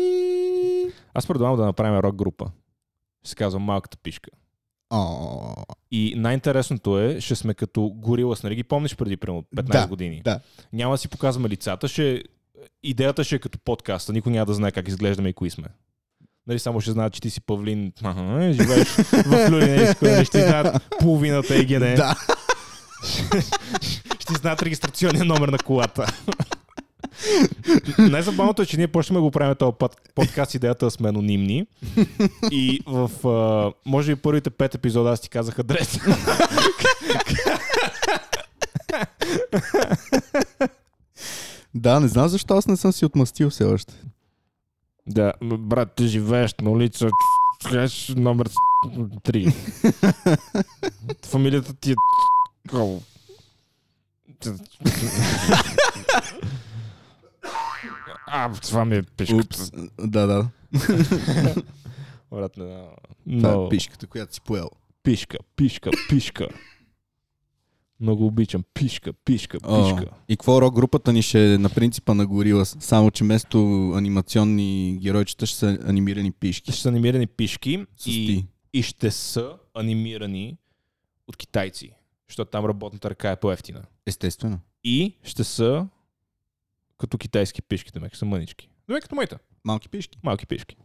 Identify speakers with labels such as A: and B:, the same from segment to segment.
A: пишки.
B: Аз предлагам да направим рок група. Ще се казва Малката пишка.
A: О,
B: И най-интересното е, ще сме като горила. Нали ги помниш преди примерно 15
A: Да,
B: години?
A: да.
B: Няма да си показваме лицата. Ще... Идеята ще е като подкаста. Никой няма да знае как изглеждаме и кои сме. Нали, само ще знаят, че ти си Павлин, аха, живееш в Люлинеско, нали, ще ти знаят половината ЕГД.
A: Да.
B: Ще ти знаят регистрационния номер на колата. Най-забавното е, че ние почнем да го правим този път- подкаст, идеята е да сме анонимни. И в, а, може би, първите пет епизода аз ти казах адрес.
A: да, не знам защо аз не съм си отмъстил все още.
B: Да, брат, ти живееш на улица номер 3. Фамилията ти е Коло. А, това ми е
A: Упс. Да, да.
B: Брат, не знам.
A: Това
B: Много-
A: е пишката, която си поел.
B: Пишка, пишка, пишка. Много обичам. Пишка, пишка,
A: О,
B: пишка.
A: и какво рок групата ни ще е на принципа на горила, само че вместо анимационни геройчета ще са анимирани пишки.
B: Ще са анимирани пишки
A: С
B: и,
A: ти.
B: и ще са анимирани от китайци, защото там работната ръка е по-ефтина.
A: Естествено.
B: И ще са като китайски пишките, мек са мънички. Добре, като моите.
A: Малки пишки.
B: Малки пишки.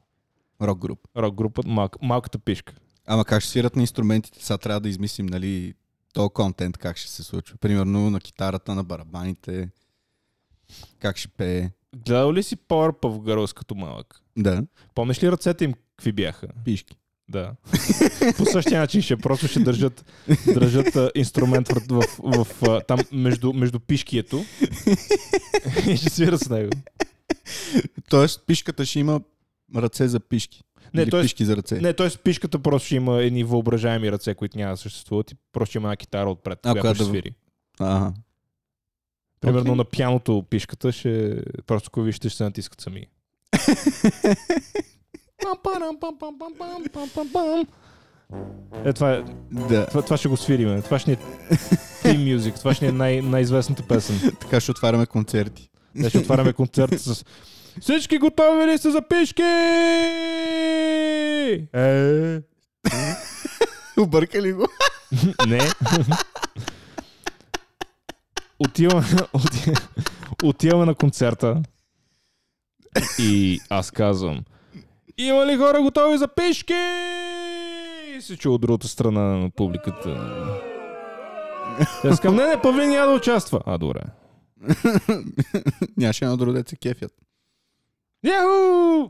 A: Рок група.
B: Рок група, малка, малката пишка.
A: Ама как ще свират на инструментите? Сега трябва да измислим, нали, то контент как ще се случва. Примерно на китарата, на барабаните. Как ще пее.
B: Гледал ли си Powerpuff Girls като малък?
A: Да,
B: Помниш ли ръцете им какви бяха?
A: пишки.
B: Да. По същия начин ще просто ще държат, държат а, инструмент в, в, в, а, там между, между пишкието и ще свират с него.
A: Тоест, пишката ще има ръце за пишки.
B: Не,
A: Или
B: тоест-
A: пишки за ръце.
B: Не, т.е. пишката просто ще има едни въображаеми ръце, които няма да съществуват и просто ще има една китара отпред,
A: А,
B: която
A: която
B: ще
A: да-
B: свири.
A: Ага.
B: Примерно
A: Окей.
B: на пяното пишката ще... Просто ако вижте, ще се натискат сами. Пам, парам, пам, пам, пам, пам, пам, пам, пам. Е, това, е-
A: Да.
B: това, това ще го свириме. Това ще ни е Team Music. Това ще ни е най- най-известната песен.
A: Така ще отваряме концерти.
B: Днес ще отваряме концерт с... Всички готови ли са за пишки? Е,
A: Обърка ли го?
B: не. Отиваме, отиваме, отиваме на концерта и аз казвам Има ли хора готови за пишки? И се чу от другата страна на публиката. Аз казвам, не, не, Павлин няма да участва. А, добре.
A: Нямаше едно друго деца кефят.
B: Яху!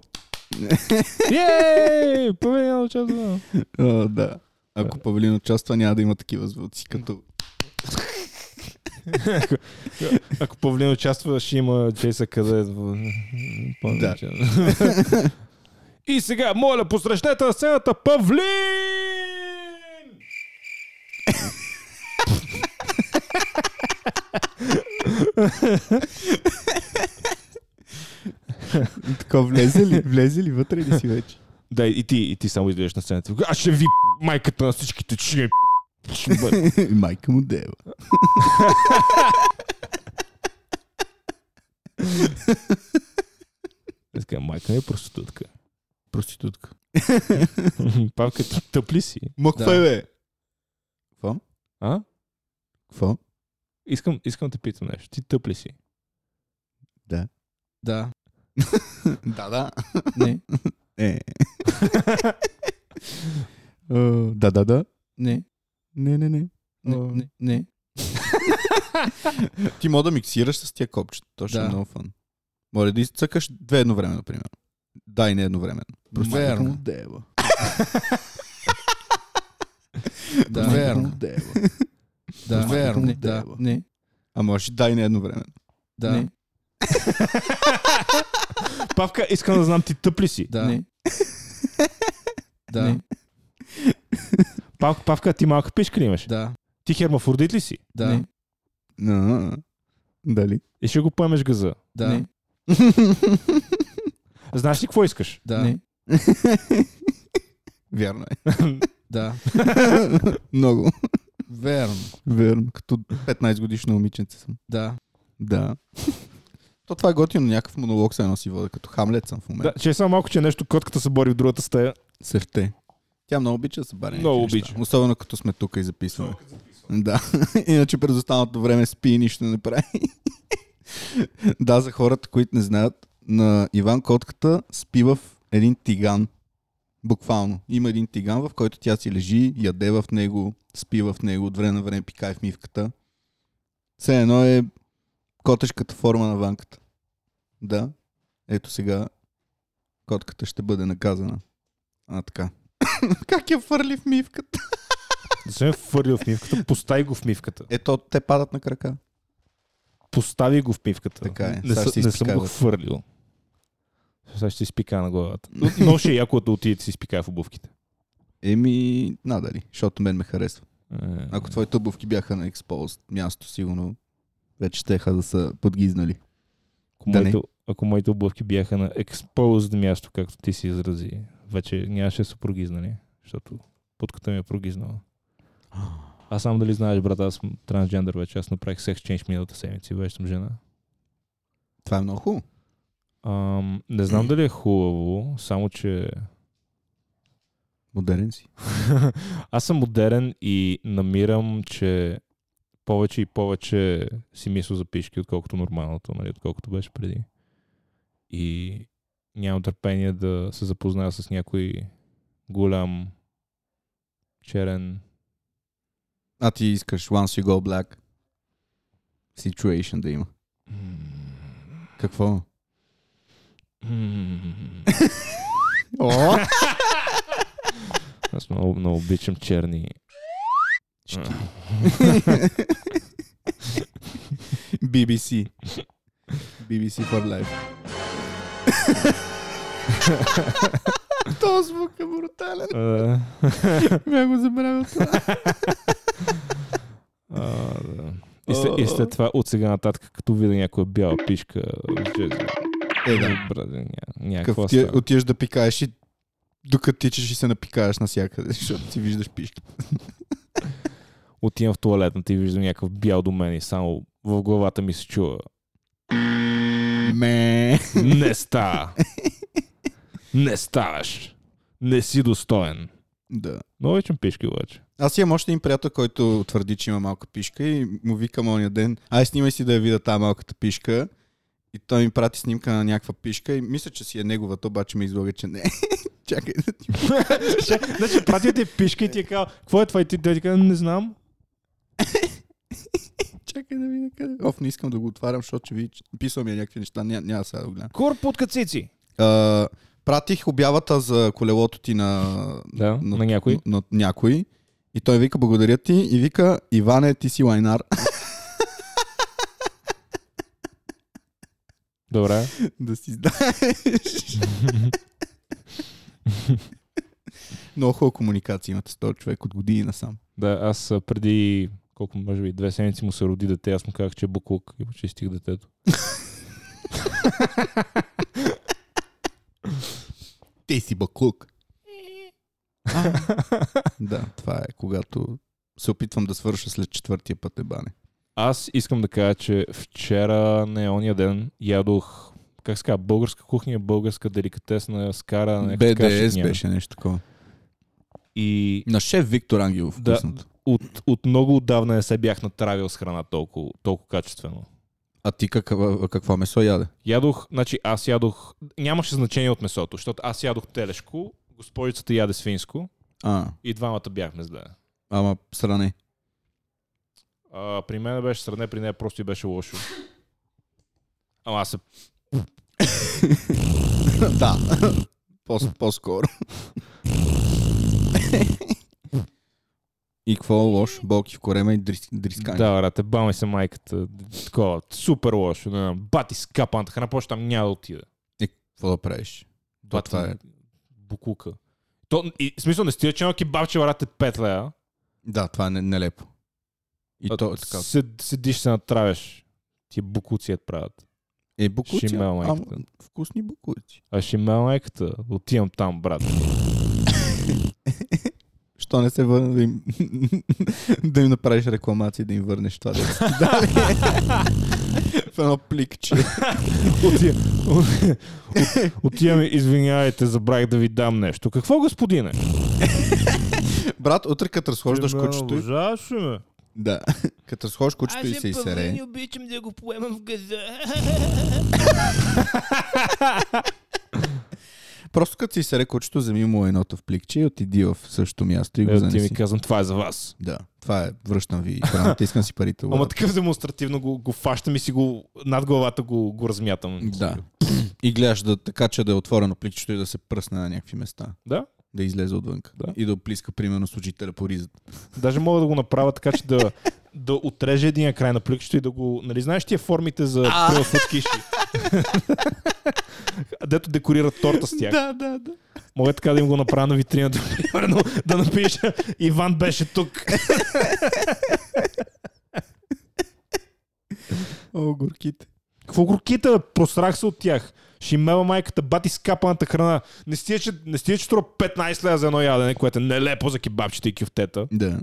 B: Ей! Павлин участва.
A: О, да. Ако Павлин участва, няма да има такива звуци, като...
B: Ако Павлин участва, ще има Джейса къде.
A: Да.
B: И сега, моля, посрещнете на сцената Павлин!
A: Така влезе ли? Влезе ли вътре ли си вече?
B: Да, и ти, и ти само излизаш на сцената. Аз ще ви майката на всичките, че ще- ще бъде.
A: Майка му дева.
B: Аз казвам, майка ми е проститутка.
A: Проститутка.
B: Павка, ти тъп ли си?
A: Моква
B: Да.
A: е, бе. Какво?
B: А?
A: Какво?
B: Искам, искам да те питам нещо. Ти тъп ли си?
A: Да. да, да.
C: Не.
A: Е. О, Да, да, да.
C: Не,
A: Не, не, не.
C: не,
A: О.
C: не, не.
A: Ти мога да миксираш с тия копчета. То ще е
C: Да.
A: много фан. Моля да изцъкаш две едновременно, примерно. Да и не едновременно. Майка му
C: Верно.
A: дева.
C: Да.
A: Верно.
C: Дева. Да.
A: Верно,
C: Не, да.
A: дева.
C: Не,
A: А може да и не едновременно.
C: да. Не,
B: Павка, искам да знам ти тъп ли си?
C: да. Не,
A: Да.
C: Не.
B: Павка, Павка, ти малка пишка ли имаш?
C: да.
B: Ти хермафродит ли си?
C: Да. Не,
A: А, Дали?
B: И ще го поемеш газа.
C: да. Не,
B: Знаеш ли какво искаш?
C: да. Не,
A: Вярно е.
C: да.
A: Много.
C: Верно.
A: Верно. Като 15 годишно момиченце съм.
C: Да.
A: Да. То това е готино, някакъв монолог се едно си вода, като Хамлет съм в
B: Да,
A: момента.
B: че е само малко, че нещо котката се бори в другата стая.
A: Да. Севте. Тя много обича да се бари.
B: Много
A: някакви
B: обича.
A: неща. Особено като сме тук и записваме. Да. Иначе през останалото време спи и нищо не прави. да, за хората, които не знаят, на Иван Котката спи в един тиган. Буквално. Има един тиган, в който тя си лежи, яде в него, спи в него, от време на време пикае в мивката. Все едно е котешката форма на ванката. Да. Ето сега котката ще бъде наказана. А така. как я фърли в мивката?
B: Да се ме фърлил в мивката, постави го в мивката.
A: Ето, те падат на крака.
B: Постави го в пивката.
A: Така е.
B: Не,
A: Сега
B: съ,
A: ще
B: не
A: изпика
B: съм го
A: вътре.
B: хвърлил. Сега ще изпика на главата. Но- Но ще е яко да отиде да си изпика в обувките.
A: Еми, надали, защото мен ме харесва.
B: Е,
A: Ако твоите обувки бяха на експоз място, сигурно вече щеха да са подгизнали.
B: ако,
A: да не.
B: моите, ако моите обувки бяха на exposed място, както ти си изрази, вече нямаше да са прогизнани, защото путката ми е прогизнала. Аз само дали знаеш, брат, аз съм трансджендър вече. Аз направих секс ченч миналата седмица и вече съм жена.
A: Това е много хубаво.
B: Ам, не знам дали е хубаво, само че
A: Модерен си.
B: Аз съм модерен и намирам, че повече и повече си мисля за пишки, отколкото нормалното, нали, отколкото беше преди. И нямам търпение да се запозная с някой голям черен.
A: А ти искаш once you go black situation да има. Какво? О!
B: Аз много, много обичам черни.
A: BBC. BBC for life. Този звук е брутален.
B: А,
A: Бях го забравил.
B: а, да. И, след, и след това от сега нататък, като видя някоя бяла пишка в джезва,
A: Е, да.
B: Браде, ня, ня,
A: Какъв
B: какво
A: ти, е
B: става?
A: отиваш да пикаеш и докато тичаш и се напикаеш навсякъде, защото ти виждаш пишки.
B: Отивам в туалетната и виждам някакъв бял до мен и само в главата ми се чува.
A: Ме.
B: Не става! Не ставаш! Не си достоен!
A: Да.
B: Но обичам пишки обаче.
A: Аз имам още един приятел, който твърди, че има малка пишка и му викам ония ден, ай снимай си да я видя тази малката пишка. И той ми прати снимка на някаква пишка и мисля, че си е неговата, обаче ми излага, че не. Чакай да ти...
B: значи пратя ти пишка и ти е казал, какво е това? И ти ти казва, не знам.
A: Чакай да видя къде. Оф, не искам да го отварям, защото ще ви писал ми е някакви неща. Ня, няма сега да го гледам.
B: Кур под кацици!
A: А, пратих обявата за колелото ти на,
B: Да,
A: на,
B: на някой.
A: На, на някой. И той вика, благодаря ти. И вика, Иване, ти си лайнар.
B: Добре.
A: да си знаеш. Много хубава комуникация имате с този човек от години насам.
B: Да, аз а, преди колко, може би, две седмици му се роди дете, аз му казах, че е буклук и почистих детето.
A: Ти си баклук. А, да, това е когато се опитвам да свърша след четвъртия път е ебане.
B: Аз искам да кажа, че вчера, не ония ден, ядох как ска, българска кухня, българска деликатесна скара. някаква
A: БДС
B: кашетня.
A: беше нещо такова.
B: И
A: На шеф Виктор Ангелов.
B: Да.
A: вкусното.
B: от, от много отдавна не се бях натравил с храна толкова, толкова качествено.
A: А ти каква, какво месо яде?
B: Ядох, значи аз ядох, нямаше значение от месото, защото аз ядох телешко, господицата яде свинско
A: А,
B: и двамата бяхме зле.
A: ама сране.
B: А, при мен беше сравне, при нея просто и беше лошо. Ама аз се...
A: да. По- по-скоро. и какво е лошо? Болки в корема и дрис, дрискани.
B: Да, брате, баме се майката. Такова, супер лошо. Не, знам, бати с капаната храна, повече там няма да отида.
A: Какво да правиш? То
B: Бати,
A: това е.
B: Букука. То, и, в смисъл, не стига, че има кебабче, е брате, 5 лея.
A: Да, това е не- нелепо. И то е така.
B: Сед, седиш се натравяш. Тия букуци я правят.
A: Е, букуци.
B: Шимел
A: Ама,
B: майката.
A: вкусни букуци.
B: А ще ме майката. Отивам там, брат.
A: Що не се върна да им, да им направиш рекламация, да им върнеш това. Да, в едно пликче.
B: Отиваме, от- отиваме, извинявайте, забравих да ви дам нещо. Какво, господине?
A: Брат, утре като разхождаш кучето, и-
B: Уважаваш ли ме?
A: да, като разхождаш кучето и се изсере.
D: обичам да го поемам в газа.
A: Просто като си изсере кучето, вземи му едното в пликче и отиди в същото място и го
B: Е, ти ми
A: занеси.
B: казвам, това е за вас.
A: Да, това е, връщам ви храната, искам си парите.
B: Ама
A: лад.
B: такъв демонстративно го, го фащам и си го над главата го, го размятам.
A: Да. И гледаш да, така, че да е отворено пликчето и да се пръсне на някакви места.
B: Да.
A: Да излезе отвън.
B: Да.
A: И да плиска, примерно, служителя по ризата.
B: Даже мога да го направя така, че да, да отреже един край на пликчето и да го... Нали, знаеш тия формите за футкиши? Дето декорират торта с тях.
A: Да, да, да.
B: Мога така да им го направя на витрината, примерно, да напиша Иван беше тук.
A: О, горките.
B: Какво горките, бе? просрах се от тях. Ще имела майката, бати с капаната храна. Не стига, че, не стига, че струва 15 лева за едно ядене, което е нелепо за кебабчета и кюфтета.
A: Да.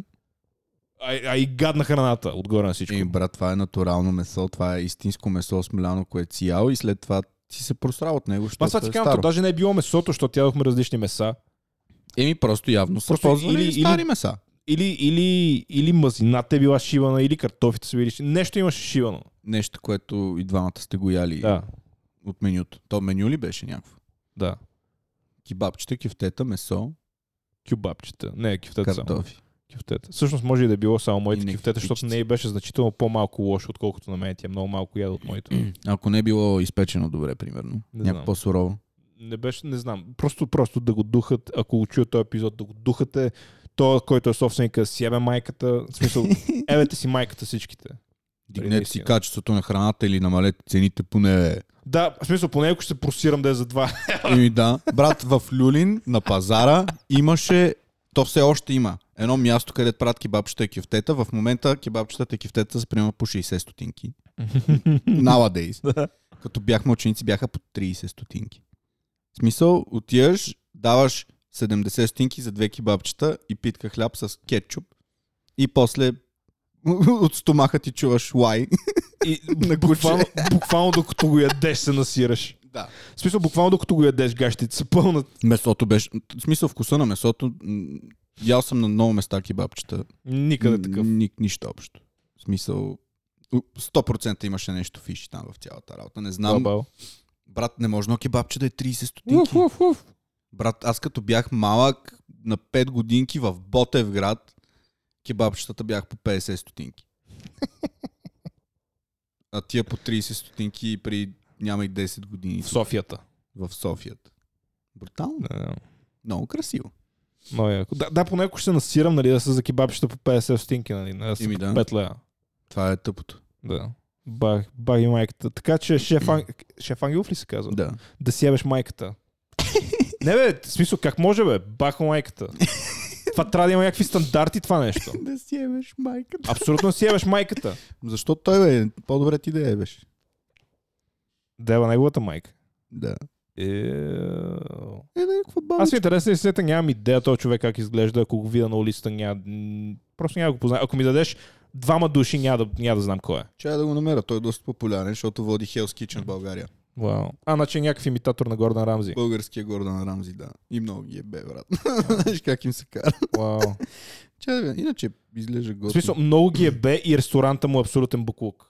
B: А, а и гадна храната, отгоре на всичко.
A: И брат, това е натурално месо, това е истинско месо с мляно, което си ял и след това ти се просрал от него,
B: Ма
A: защото
B: това ти
A: е
B: казвам, то
A: старо.
B: даже не е било месото, защото ядохме различни меса.
A: Еми просто явно са
B: Просто
A: ползвали
B: или-
A: или,
B: или-
A: стари меса.
B: Или, или, или мазината е била шивана, или картофите са били шивани. Нещо имаше шивано.
A: Нещо, което и двамата сте го яли
B: Да,
A: от менюто. То меню ли беше някакво?
B: да.
A: Кибабчета, кюфтета, месо,
B: Кюбабчета. Не, кюфтета само.
A: картофи.
B: кюфтета. Всъщност може и да е било само
A: И
B: моите
A: не
B: кюфтета, защото
A: кюфтички.
B: не й беше значително по-малко лошо, отколкото на мен. Тя много малко яда от моето.
A: Ако не е било изпечено добре, примерно.
B: Не
A: Някакво
B: знам.
A: по-сурово.
B: не беше, не знам. Просто, просто да го духат, ако го чуя този епизод, да го духате. То, който е собственика, си ебе майката. В смисъл, ебете си майката всичките.
A: Дигнете си
B: наистина.
A: качеството на храната или намалете цените поне.
B: Да, в смисъл, поне ако ще се просирам да е за два.
A: Еми да. Брат, в Люлин на пазара имаше, то все още има, едно място, където правят кебабчета и кюфтета. В момента кебабчетата и кюфтета са примерно по 60 стотинки. Nowadays. Като бяхме ученици, бяха по 30 стотинки. В смисъл, отиваш, даваш 70 стотинки за две кебабчета и питка хляб с кетчуп. И после от стомаха ти чуваш лай.
B: И
A: На куче.
B: буквално, буквално докато го ядеш, се насираш.
A: Да.
B: В смисъл, буквално докато го ядеш, гащите се пълнат.
A: Месото беше... В смисъл, вкуса на месото... м, Ял съм на много места кебабчета.
B: Никъде такъв.
A: Ни, нищо общо. В смисъл... у- 100% имаше нещо фиши там в цялата работа. Не знам.
B: Бабал.
A: Брат, не може едно кебабче да е 30 стотинки. Брат, аз като бях малък, на 5 годинки в Ботевград, кебабчетата бях по 50 стотинки. А тия по 30 стотинки при няма и 10 години
B: В Софията.
A: в Софията. Брутално.
B: Не, не, не.
A: Много красиво.
B: Много яко. Да, да, поне ако ще се насирам, нали, да са за кебабчета по 50 стинки, нали, да са
A: Ими да.
B: 5 лева.
A: Това е тъпото.
B: Да. Бах, бах и майката. Така че шеф, Ан... шеф Ангелов ли се казва?
A: Да.
B: Да си ебеш майката. Не бе, в смисъл, как може бе? Бах майката. Това трябва да има някакви стандарти това нещо.
A: Да си ебеш майката.
B: Абсолютно си ебеш майката.
A: Защо той бе? По-добре ти да ебеш.
B: Дева неговата майка.
A: Да.
B: Еу.
A: Е, да, какво баба.
B: Аз ми е интересен и след нямам идея този човек как изглежда, ако го видя на улицата, няма... м, Просто няма да го познавам. Ако ми дадеш двама души, няма да, няма да знам кой е.
A: Чая да го намеря. Той е доста популярен, защото води Hell's Kitchen в България.
B: Вау. А, значи е някакъв имитатор на Гордан Рамзи.
A: Българския Гордан Рамзи, да. И много ги е бе, брат. Знаеш как им се кара.
B: Вау.
A: Чая да видя. Иначе изглежда
B: В
A: готино.
B: смисъл, много ги е бе и ресторанта му е абсолютен буклук.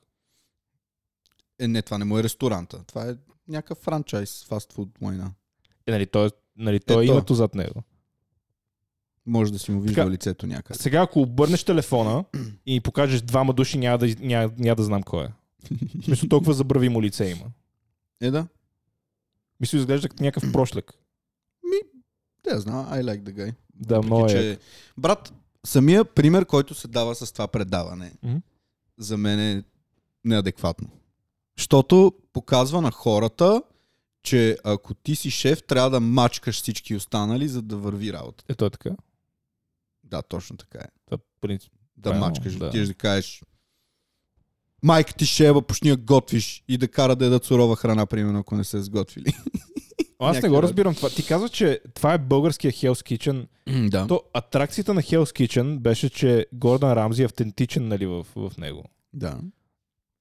A: Е, не, това не му е ресторанта. Това е някакъв франчайз, фастфуд война.
B: Е, нали, той, нали, той е,
A: Ето.
B: името зад него.
A: Може да си му вижда
B: Така.
A: лицето някъде.
B: Сега, ако обърнеш телефона и покажеш двама души, няма да, няма, няма да знам кой е. В Смисъл, толкова забравимо лице има.
A: Е, да.
B: Мисля, изглежда като някакъв прошлек.
A: Да, знам. I like the guy.
B: Да, много
A: Въпреки,
B: е.
A: че, брат, самия пример, който се дава с това предаване,
B: Мгм.
A: за мен е неадекватно. Щото показва на хората, че ако ти си шеф, трябва да мачкаш всички останали, за да върви работа.
B: Ето е така.
A: Да, точно така е.
B: Та, принцип.
A: Да
B: Правилно,
A: мачкаш, да.
B: да.
A: отидеш да кажеш майка ти ще ева, почни я готвиш и да кара да ядат сурова храна, примерно, ако не се сготвили.
B: Аз не
A: Някакви
B: го разбирам това. Ти казва, че това е българския Hell's Kitchen.
A: да.
B: То атракцията на Hell's Kitchen беше, че Гордан Рамзи е автентичен нали, в, в него.
A: да.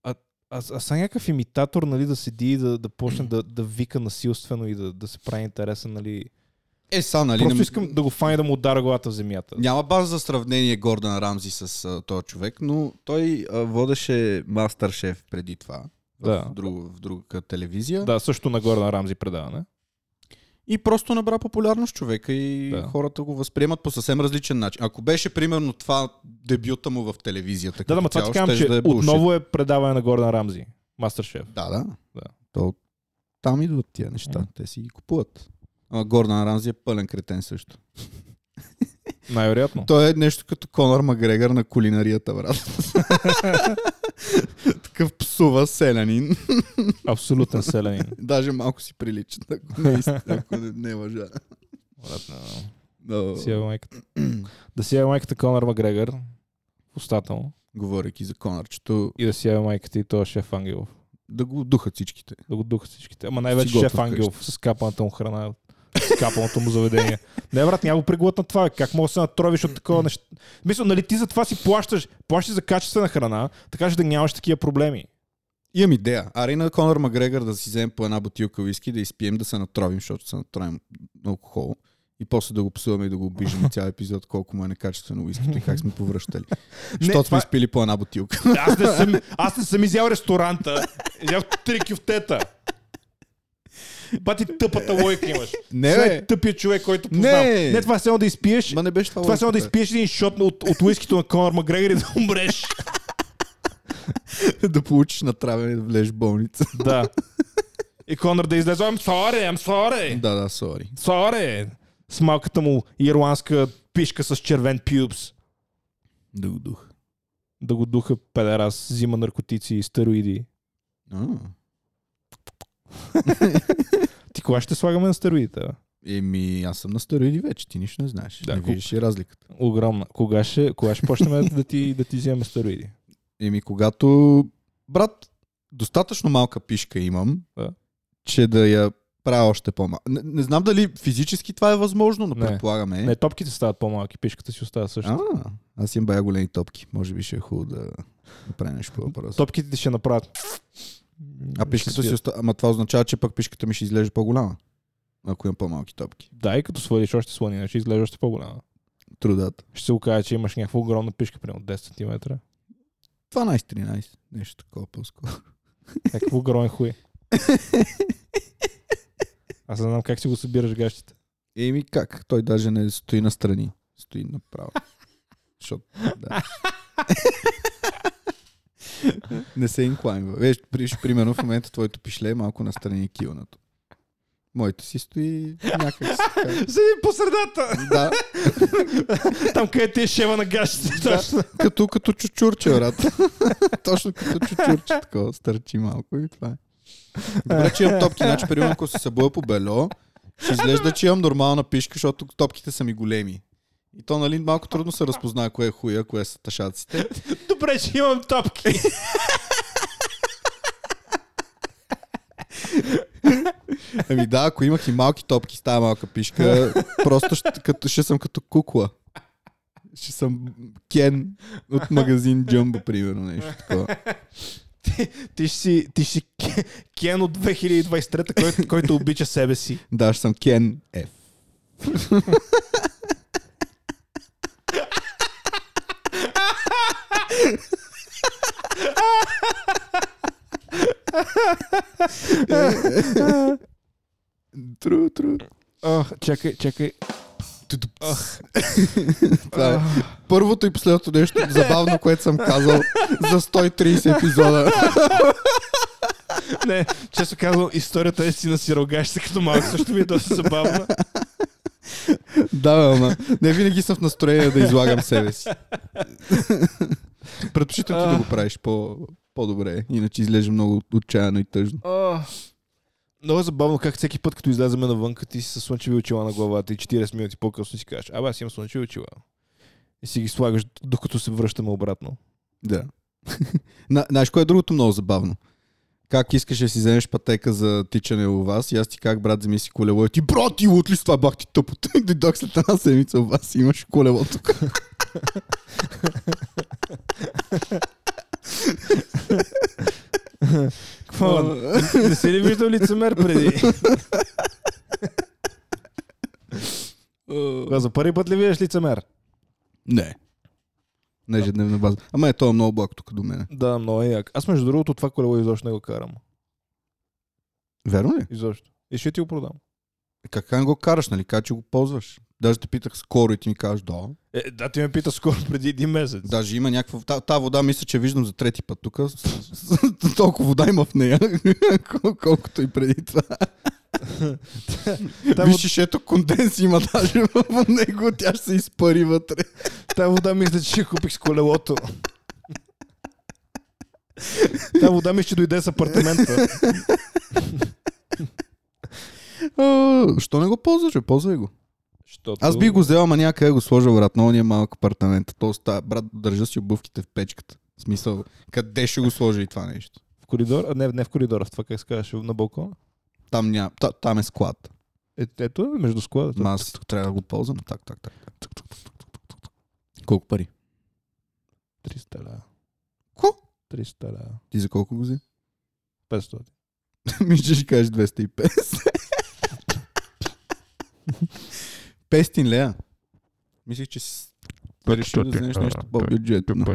B: а, а сега някакъв имитатор, нали, да седи и да, да почне да, да вика насилствено и да, да се прави интересен, нали.
A: Е, са, нали?
B: Просто
A: не-
B: искам да го фани да му удара главата в земята.
A: Няма база за сравнение Гордан Рамзи с а, този човек, но той а, водеше Мастер Шеф преди това.
B: Да.
A: В, друг, в друга телевизия.
B: Да, също на Гордан Рамзи предаване.
A: И просто набра популярност човека и
B: Да.
A: да. хората го възприемат по съвсем различен начин. Ако беше примерно това дебюта му в телевизията,
B: Да, да,
A: като
B: ма това ти
A: цяло,
B: казвам,
A: щеше
B: че
A: да е булшит.
B: отново е предаване на Гордан Рамзи. Мастер шеф.
A: Да, да.
B: Да.
A: То, там идват тия неща.
B: М.
A: Те си ги купуват. А Гордан Рамзи е пълен кретен също.
B: Най-вероятно.
A: Той е нещо като Конор Макгрегор на кулинарията, брат. Такъв псува селянин.
B: Абсолютен селянин.
A: Даже малко си прилича, ако не, ист- ако не, не лъжа.
B: Брат, не, не.
A: Но,
B: Да си е майката. да си е майката Конър Макгрегор в устата му
A: говорейки за Конорчето,
B: и да си е майката и този шеф Ангелов.
A: да го духат всичките.
B: Да го духат всичките. Ама най-вече
A: Си готов
B: шеф Ангелов с капаната му храна, с капаното му заведение. Не, брат, няма го преглътна това. бе. Как мога да се натровиш от такова нещо? Мисля, нали ти за това си плащаш? Плащаш за качествена храна, така че да нямаш такива проблеми.
A: Имам идея. Ари на Конор Макгрегор да си вземем по една бутилка виски, да изпием, да се натровим, защото се натровим на алкохол. И после да го псуваме и да го обиждаме цял епизод, колко му е некачествено уискито и как сме повръщали. Защото
B: това е-
A: сме спили по една бутилка.
B: Аз не съм, аз не съм изял ресторанта, изял три кюфтета. Бати тъпата лойка имаш.
A: Не,
B: Сега
A: бе.
B: е тъпия човек, който познавам.
A: Не.
B: не това е само да изпиеш.
A: Ма не беше това.
B: Това е само да
A: логиката.
B: изпиеш един шот от, от уискито на Конор Макгрегор и да умреш.
A: да получиш натравяне и да влезеш в болница.
B: да. И Конор да излезе, I'm sorry, I'm sorry,
A: Е, да, да, сори.
B: sorry. С малката му ирландска пишка с червен пюпс.
A: Да го дух.
B: Да го духа педерас, взима наркотици и стероиди.
A: А,
B: Ти кога ще слагаме на стероидите? бе?
A: Еми, аз съм на стероиди вече, ти нищо не знаеш.
B: Да,
A: Да, не
B: ку-
A: видиш и разликата.
B: Огромна. Кога ще, кога ще почнем да ти, да ти взимаме стероиди?
A: Еми, когато... Брат, достатъчно малка пишка имам,
B: Да.
A: че да я правя още по-малка. Не, не знам дали физически това е възможно, но
B: Не.
A: предполагаме.
B: Не, топките стават по-малки, пишката си остава също.
A: а, аз имам бая големи топки. Може би ще е хубаво да направя нещо по въпроса.
B: Топките ти ще направят.
A: А пишката
B: Ще
A: си остава. Ама това означава, че пък пишката ми ще изглежда по-голяма. Ако имам по-малки топки.
B: Да, и като свалиш още слонина, ще изглежда още по-голяма.
A: Трудата.
B: ще се окаже, че имаш някаква огромна пишка, примерно 10 см.
A: 12-13. Нещо такова по-скоро.
B: Някакъв Е, огромен хуй. Аз не знам как си го събираш гащите.
A: Еми как? Той даже не стои настрани. Стои направо. Защото, да. не се инклайнва. Виж, при- ще- примерно в момента твоето пишле е малко настрани килнато. Моето си стои някак си. така.
B: Седи по средата!
A: Да,
B: Там къде ти е шева на гащите. Точно.
A: като, като чучурче, брат. Точно като чучурче, такова. Стърчи малко и това е. Добре, че имам топки. Значи, примерно, ако се събуя по бело, ще изглежда, че имам нормална пишка, защото топките са ми големи. И то, нали, малко трудно се разпознае кое е хуя, кое са ташаците.
B: Добре, че имам топки.
A: Ами да, ако имах и малки топки с тази малка пишка, просто ще, като, ще съм като кукла. Ще съм Кен от магазин Джумбо, примерно, нещо такова.
B: Ти ще си, ти ще си Ке- Кен от 2023, който, който обича себе си.
A: Да, ще съм Кен Ф. Тру, тру.
B: Ох, чакай, чакай.
A: Това е първото и последното нещо забавно, което съм казал за 130 епизода.
B: Не, често казвам, историята е си на сирогащите като малко. Също ми е доста забавно.
A: да, бе, ама не винаги съм в настроение да излагам себе си. Предпочитам ти да го правиш по- по-добре, иначе изглежда много отчаяно и тъжно.
B: Много е забавно как всеки път, като излеземе навън, като ти си със слънчеви очила на главата и 40 минути по-късно си кажеш, абе аз имам слънчеви очила. И си ги слагаш, докато се връщаме обратно.
A: Да. На- Знаеш, кое е другото много забавно? Как искаш да си вземеш пътека за тичане у вас и аз ти как брат, вземи си колело и ти, брат, ти лут ли с това, бах ти тъпо. И Дойдох след една седмица у вас и имаш колело тук.
B: Какво? Не си ли виждал лицемер преди? Кога за първи път ли виждаш лицемер?
A: Не. На ежедневна база. Ама е, то е много благ тук до мене.
B: Да, много е як. Аз между другото това колело изобщо не го карам.
A: Верно ли?
B: Изобщо. И ще ти го продам.
A: Как как го караш, нали? Как че го ползваш? Даже те питах скоро и ти ми кажеш да.
B: Е, да, ти ме пита скоро преди един месец.
A: Даже има някаква... Та, та вода мисля, че виждам за трети път тук. Толкова вода има в нея, кол- колкото и преди това.
B: Та,
A: Виж, че ето конденс има даже в него, тя ще се изпари вътре.
B: Та вода мисля, че я купих с колелото. Та вода мисля, че дойде с апартамента.
A: А, Що не го ползваш, бе? Ползвай го.
B: Щото...
A: Аз би го взел, ама някъде го сложа, брат. Много ни е малък апартамент. То става, брат, държа си обувките в печката. В смисъл, къде ще го сложа и това нещо?
B: В коридор? А, не, не в коридора, в това как се казваше, на балкона.
A: Там, ня... Та, там е склад.
B: Е, ето е между складата.
A: Ма Аз трябва да го ползвам. Так, так, так. так. Колко пари?
B: 300 ля.
A: Ко?
B: 300 ля.
A: Ти за колко го взе?
B: 500.
A: Мисля, че ще кажеш 250. 500 лея. Мислих, че си решил да вземеш нещо по-бюджетно.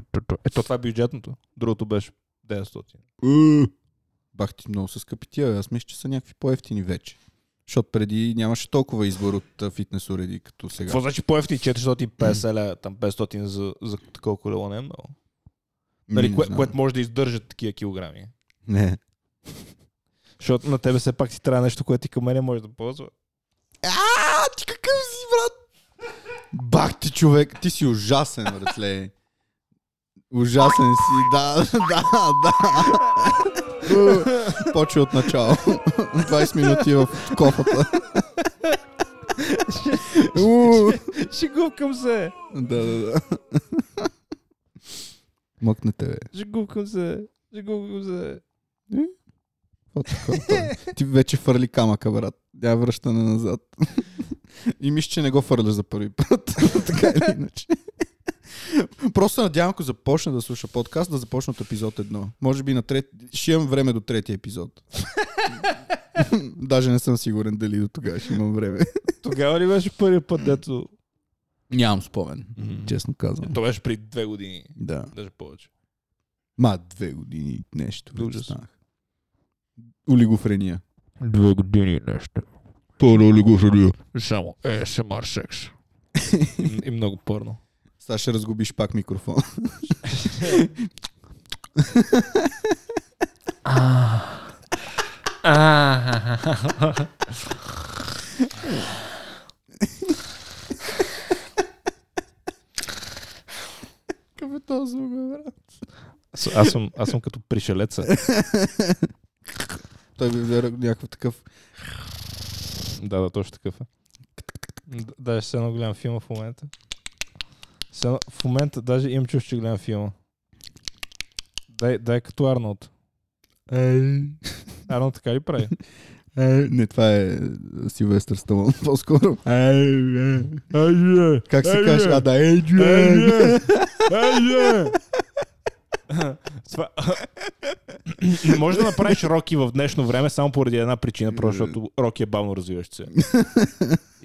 B: Ето това е бюджетното. Другото беше 900.
A: Е, Бах ти много са скъпи тия. бе. Аз мисля, че са някакви по-ефтини вече. Защото преди нямаше толкова избор от а, фитнес уреди, като сега.
B: Какво значи по-ефти? 450 ля, там 500 за, за такова колело не е много.
A: Ми,
B: Нали,
A: не
B: кое,
A: знам.
B: което може да издържат такива килограми.
A: Не.
B: Защото на тебе все пак си трябва нещо, което и към мене може да ползва.
A: А, ти какъв си, брат? Бах ти, човек. Ти си ужасен, братле. Ужасен си. Да, да, да. Почва от начало. 20 минути в кофата. У,
B: Шегувкам се!
A: Да, да, да. Мъкне тебе.
B: Шегувкам се! Шегувкам се!
A: Какво такова? Ти вече фърли камъка, брат. Тя връщане назад. И мисля, че не го фърляш за първи път. така или иначе. Просто се надявам, ако започна да слуша подкаст, да започна от епизод едно. Може би на трети... Ще имам време до третия епизод. Даже не съм сигурен дали до тогава ще имам време.
B: Тогава ли беше първият път, дето...
A: Нямам спомен, честно казвам.
B: Е, То беше преди две години.
A: Да.
B: Даже повече.
A: Ма, две години нещо. вече
B: Ужас.
A: станах. Олигофрения.
B: Две години нещо.
A: Пълна олигофрения.
B: Само ASMR секс. и, и много порно.
A: Сега ще разгубиш пак микрофон. Какъв е този звук, бе, брат?
B: Аз, аз, съм, аз съм като пришелеца.
A: Той би взе някакъв такъв...
B: да, да, точно такъв е. Д- Да, ще се едно гледам филма в момента. Се едно- в момента даже имам чувство, че гледам филма. Дай, дай като Арнолд. Арнолд така ли прави?
A: Не, това е Силвестър Сталон, по-скоро.
B: е.
A: Как се каже? А, да, Adrian.
B: Това- Не може да направиш Роки в днешно време само поради една причина, просто защото Роки е бавно развиващ се.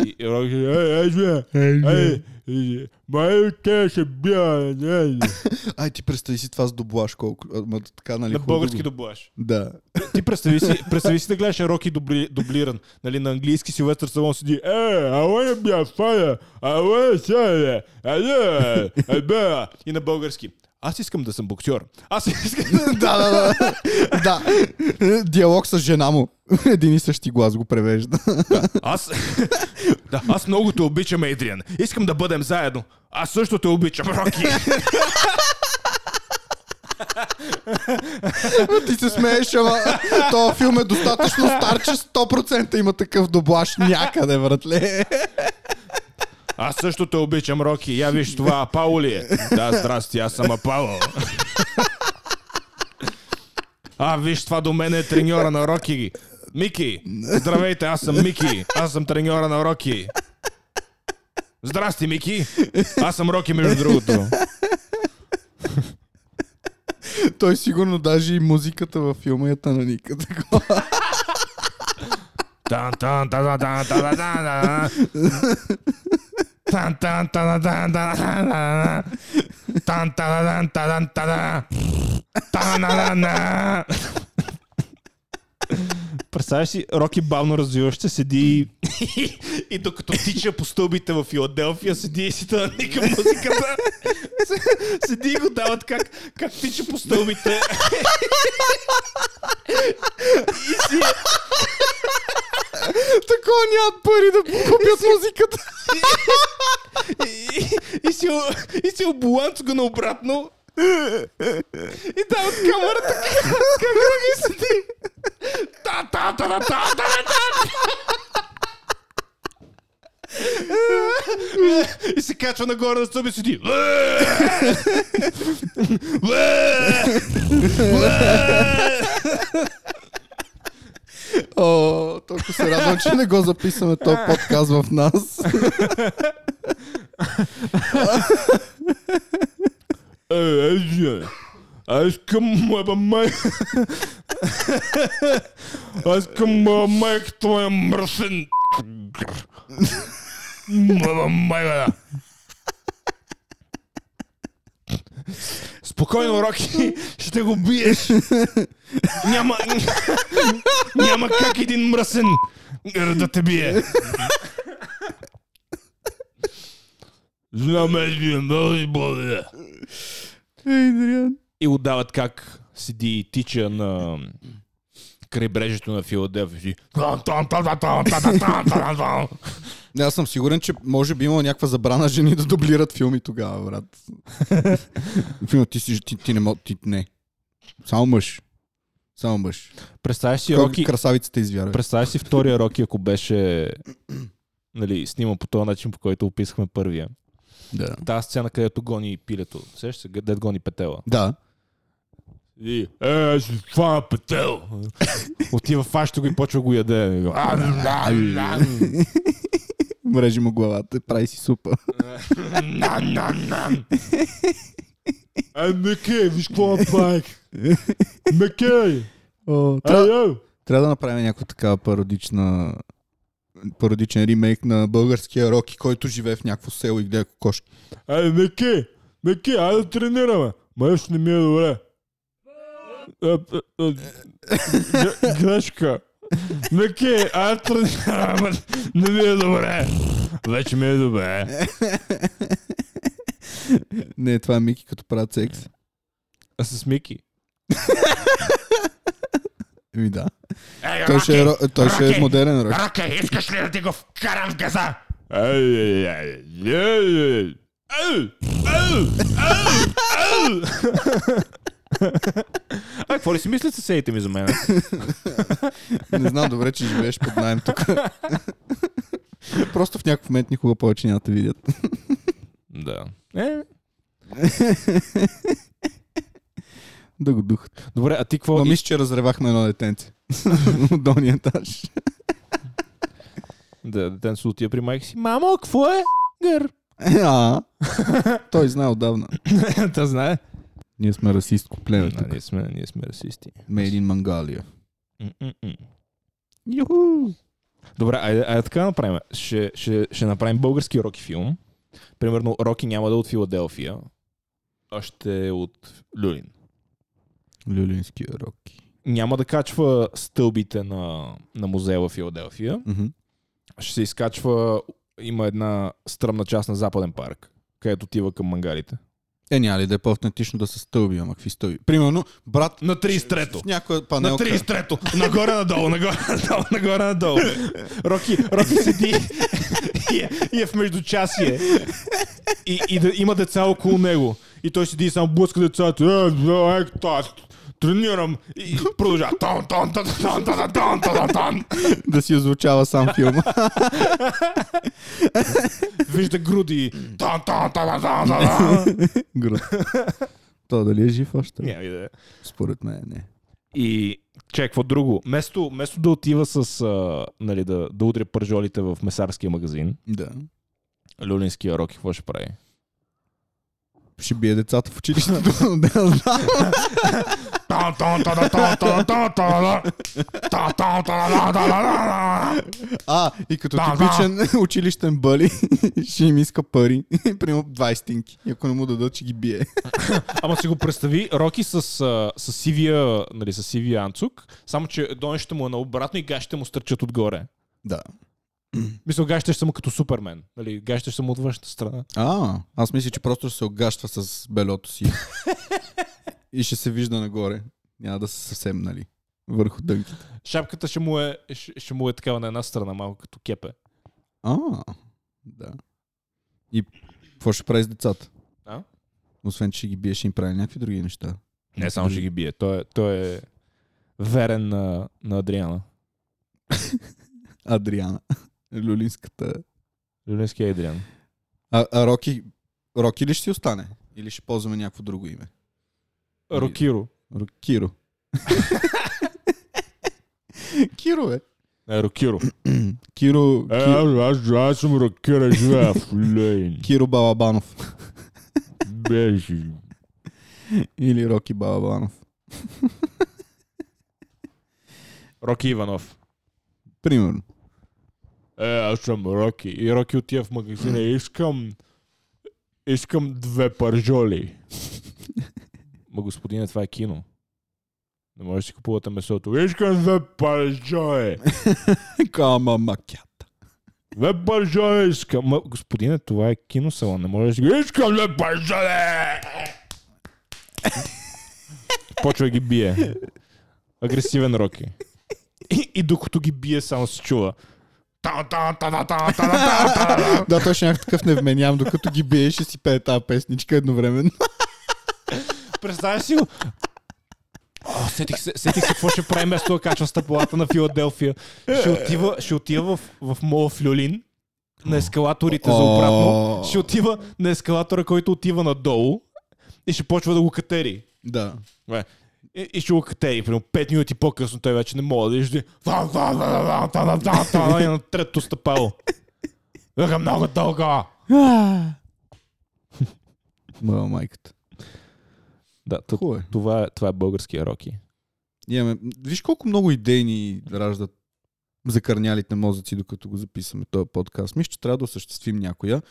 B: И и Роки е, ей, Adrian, ей, ей, май те ще бия, ей.
A: Ай, ти представи си това с доблаш колко. Ама така, нали?
B: На
A: хубаво
B: български
A: го-
B: дублаж.
A: Да.
B: Ти представи си, представи си да гледаш Роки дубли, дублиран. Нали, на английски Силвестър Сталон седи Е, I wanna be a fire, I wanna say it, I do И на български Аз искам да съм боксер. Аз искам да
A: да, да, да. да. Диалог с жена му. Един и същи глас го превежда.
B: Аз... да, аз много те обичам, Ейдриан. Искам да бъдем заедно. Аз също те обичам, Роки.
A: Ти се смееш, ама този филм е достатъчно стар, че 100% има такъв доблаш някъде, братле.
B: Аз също те обичам, Роки. Я виж това, Апао ли е? Да, здрасти, аз съм Апао. А, виж, това до мен е треньора на Роки. Мики, здравейте, аз съм Мики. Аз съм треньора на Роки. Здрасти, Мики. Аз съм Роки, между другото.
A: Той сигурно даже и музиката във филма я тананика. такова.
B: Тан, тан, тан, тан, тан, тан, тан, тан. Тан, тан, тан, тан, тан, тан, тан. Тан, тан, тан, тан, тан, тан. Тан, тан, тан, тан. Представяш си, Роки бавно развиващ се седи и, и докато тича по стълбите в Филаделфия, седи и си тъника музиката. С- Седи и го дават как, как тича по стълбите. и си е
A: Такова Е, нямат пари да купят музиката.
B: и, и, си, и си обулан цугана обратно. И там от камерата, камера ги седи. Та, та, та, та, та, та, та. И се качва нагоре на стълб и седи.
A: О, толкова се радвам, че не го записваме този подкаст в нас.
B: Аз искам моя май... Аз искам моя майка, твоя мръсен... Моя майка, Спокойно, Роки, ще го биеш. Няма... Няма как един мръсен да те бие. Знаме, че не благодаря.
A: Ей, Дриан.
B: И отдават как седи и тича на крайбрежието на Филаделфия. и си тан, тан, тан, тан, тан, тан, тан, тан, тан.
A: Не, аз съм сигурен, че може би има някаква забрана жени да дублират филми тогава, брат. Филма, ти, си, ти, ти не мож, ти не. Само мъж. Само мъж.
B: Представяш си
A: Роки...
B: Роки,
A: Красавицата извярва.
B: представяш си втория Роки, ако беше нали, снима по този начин, по който описахме първия.
A: Да.
B: Та сцена, където гони пилето. Сещаш се, дед гони петела.
A: Да.
B: И, е, ще това петел. Отива фащо го и почва го яде. И го, «А, на, на,
A: Мрежи му главата, прави си супа.
B: Нан, нан, нан. Ай, Микей, виж какво направих. Микей,
A: О, трябва,
B: ай, ай.
A: трябва да направим някаква такава пародична пародичен ремейк на българския Роки, който живее в някакво село и гледа кокошки.
B: Ай, Микей, Микей, ай да тренираме. Ма ще не ми е добре. Е, е, е, г- Грешка. Микей, ай да тренираме. Не ми е добре. Вече ми е добре.
A: Не, това е Мики като правят секс.
B: А с Мики?
A: Еми да.
B: Ей,
A: Той ще е,
B: Роки,
A: ро- той ще е
B: Роки,
A: модерен Роки.
B: Рака, искаш ли да ти го вкарам в газа? Ай, ай, ай, ай. А, Е, какво ли си мислят съседите ми за мен?
A: Не знам добре, че живееш под найем тук. Просто в някакъв момент никога повече няма да те видят.
B: Да. Е,
A: Да го духат.
B: добре, а ти какво?
A: Но
B: И...
A: мисля, че разревахме едно детенце. От долния етаж.
B: Да, детен се отива при майка си. Мамо, какво е? Гър.
A: Е, А, той знае отдавна.
B: Та знае.
A: Ние сме расистко племе
B: Да,
A: тук.
B: Нали, ние сме, ние сме расисти.
A: Made in Мангалия.
B: М-м-м.
A: Юху!
B: Добре, айде, айде така да направим. Ще, ще, ще направим български Роки филм. Примерно Роки няма да е от Филаделфия, а ще е от Люлин.
A: Люлинския Роки.
B: няма да качва стълбите на, на музея в Филаделфия. Ще се изкачва, има една стръмна част на Западен парк, където отива към мангарите.
A: Е, няма ли да е по-автентично да са стълби, ама какви стълби? Примерно, брат,
B: На 33-то!
A: в някоя
B: На
A: панелка.
B: 33-то! Нагоре, надолу, нагоре, надолу, нагоре, надолу. Роки, Роки седи и е, и е в междучасие. И, и да, има деца около него. И той седи и само блъска децата. Е, е, е, аз тренирам. И продължава. Тон, тон, тон, тон, тон, тон, тон, тон.
A: да си озвучава сам филма.
B: вижда груди. Тан, тан, тан, тан, тан, тан.
A: Груд. То дали е жив още?
B: Няма идея.
A: Според мен не.
B: И чай, какво друго? Место, место да отива с, а, нали, да, да удря пържолите в месарския магазин,
A: Да.
B: люлинския Роки, какво ще прави?
A: ще бие децата в училището. Не знам. А, и като
B: Да,
A: типичен училищен бъли, ще им иска пари. Примерно 20 стинки. И ако не му дадат, ще ги бие.
B: Ама си го представи Роки с, а, с, сивия, нали, с сивия анцук, само че донещето му е наобратно и гащите му стърчат отгоре.
A: Да.
B: Мисля, гащите са му като Супермен. Нали, гащите са му от външната страна.
A: А, аз мисля, че просто ще се огащва с белото си. и ще се вижда нагоре. Няма да са съвсем, нали, върху дънките.
B: Шапката ще му е, ще, ще му е такава на една страна, малко като кепе.
A: А, да. И какво ще прави с децата?
B: А?
A: Освен, че ще ги бие, ще им прави някакви други неща.
B: Не само ще ги бие. Той, е- той е верен на, на Адриана.
A: Адриана. Люлинската.
B: Люлинския Адриан.
A: А, а Роки, Роки ли ще си остане? Или ще ползваме някакво друго име?
B: Рокиро.
A: Ро- Киро. Киро, бе.
B: Не, Е, Рокиро. Е,
A: Киро, Ки,
B: аз, аз съм Рокиро, живея в Лейн.
A: Киро Балабанов.
B: Беше.
A: Или Роки Балабанов.
B: Роки Иванов.
A: Примерно.
B: Е, аз съм Роки. И Роки отива в магазина и искам... Искам две паржоли. Ма господине, това е кино. Не може да си купувате месото. Искам две паржоли.
A: Кама макята.
B: Две паржоли искам. Ма, господине, това е киносалон. Не може да си... ги- Искам две паржоли! Почва да ги бие. Агресивен Роки. И, и докато ги бие, само се чува. Та, та, та, та, та, та, та, та, та.
A: Да, той ще някакъв такъв не вменявам, докато ги биеш ще си пее тази песничка едновременно.
B: Представяш си го? О, сетих, се, сетих се какво ще правим вместо да качвам стъпалата на Филаделфия. Ще отива, ще отива в, в мола в Люлин, на ескалаторите за обратно.
A: О.
B: Ще отива на ескалатора, който отива надолу и ще почва да го катери.
A: Да.
B: Бе, И, и ще го катери. Примерно 5 минути по-късно той вече не може да ижди. Ва, ва, ва, ва, ва, ва, ва, ва, ва, и на третото стъпало. Бяха много дълго.
A: Моя майката.
B: Да,
A: Хубаво е.
B: това, е, това е българския роки.
A: Имаме... Виж колко много идеи ни раждат закърнялите мозъци, докато го записваме този подкаст. Мисля, че трябва да осъществим някоя.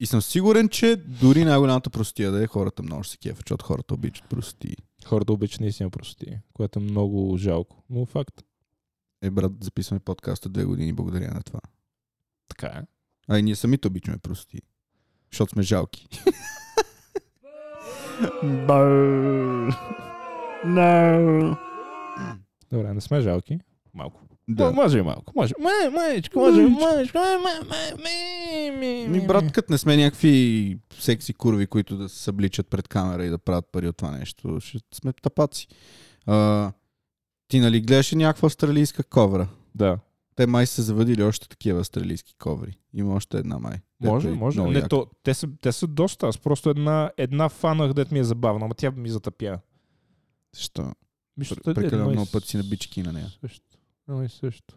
A: И съм сигурен, че дори най-голямата простия да е, хората много ще се кефат, защото хората обичат прости.
B: Хората обичат наистина прости, което е много жалко. Но факт.
A: Е, брат, записваме подкаста две години благодаря на това.
B: Така е.
A: А и ние самите обичаме прости. Защото сме жалки.
B: Добре, не сме жалки. Малко. Да.
A: Да.
B: може и малко. Може. Май, майчко, може. Майчко, май, май, май, ми, ми, ми,
A: Ми, брат, като не сме някакви секси курви, които да се събличат пред камера и да правят пари от това нещо, ще сме тапаци. А, ти нали гледаше някаква австралийска ковра?
B: Да.
A: Те май са завъдили още такива австралийски коври. Има още една май.
B: Може,
A: Дето е
B: може.
A: много
B: Не,
A: яка.
B: то, те, са, те са доста. Аз просто една, една фанах, дет ми е забавна, ама тя ми затъпя.
A: Що?
B: Мисля,
A: Пр- прекалено много пъти си на бички на нея.
B: Също. Едно и също.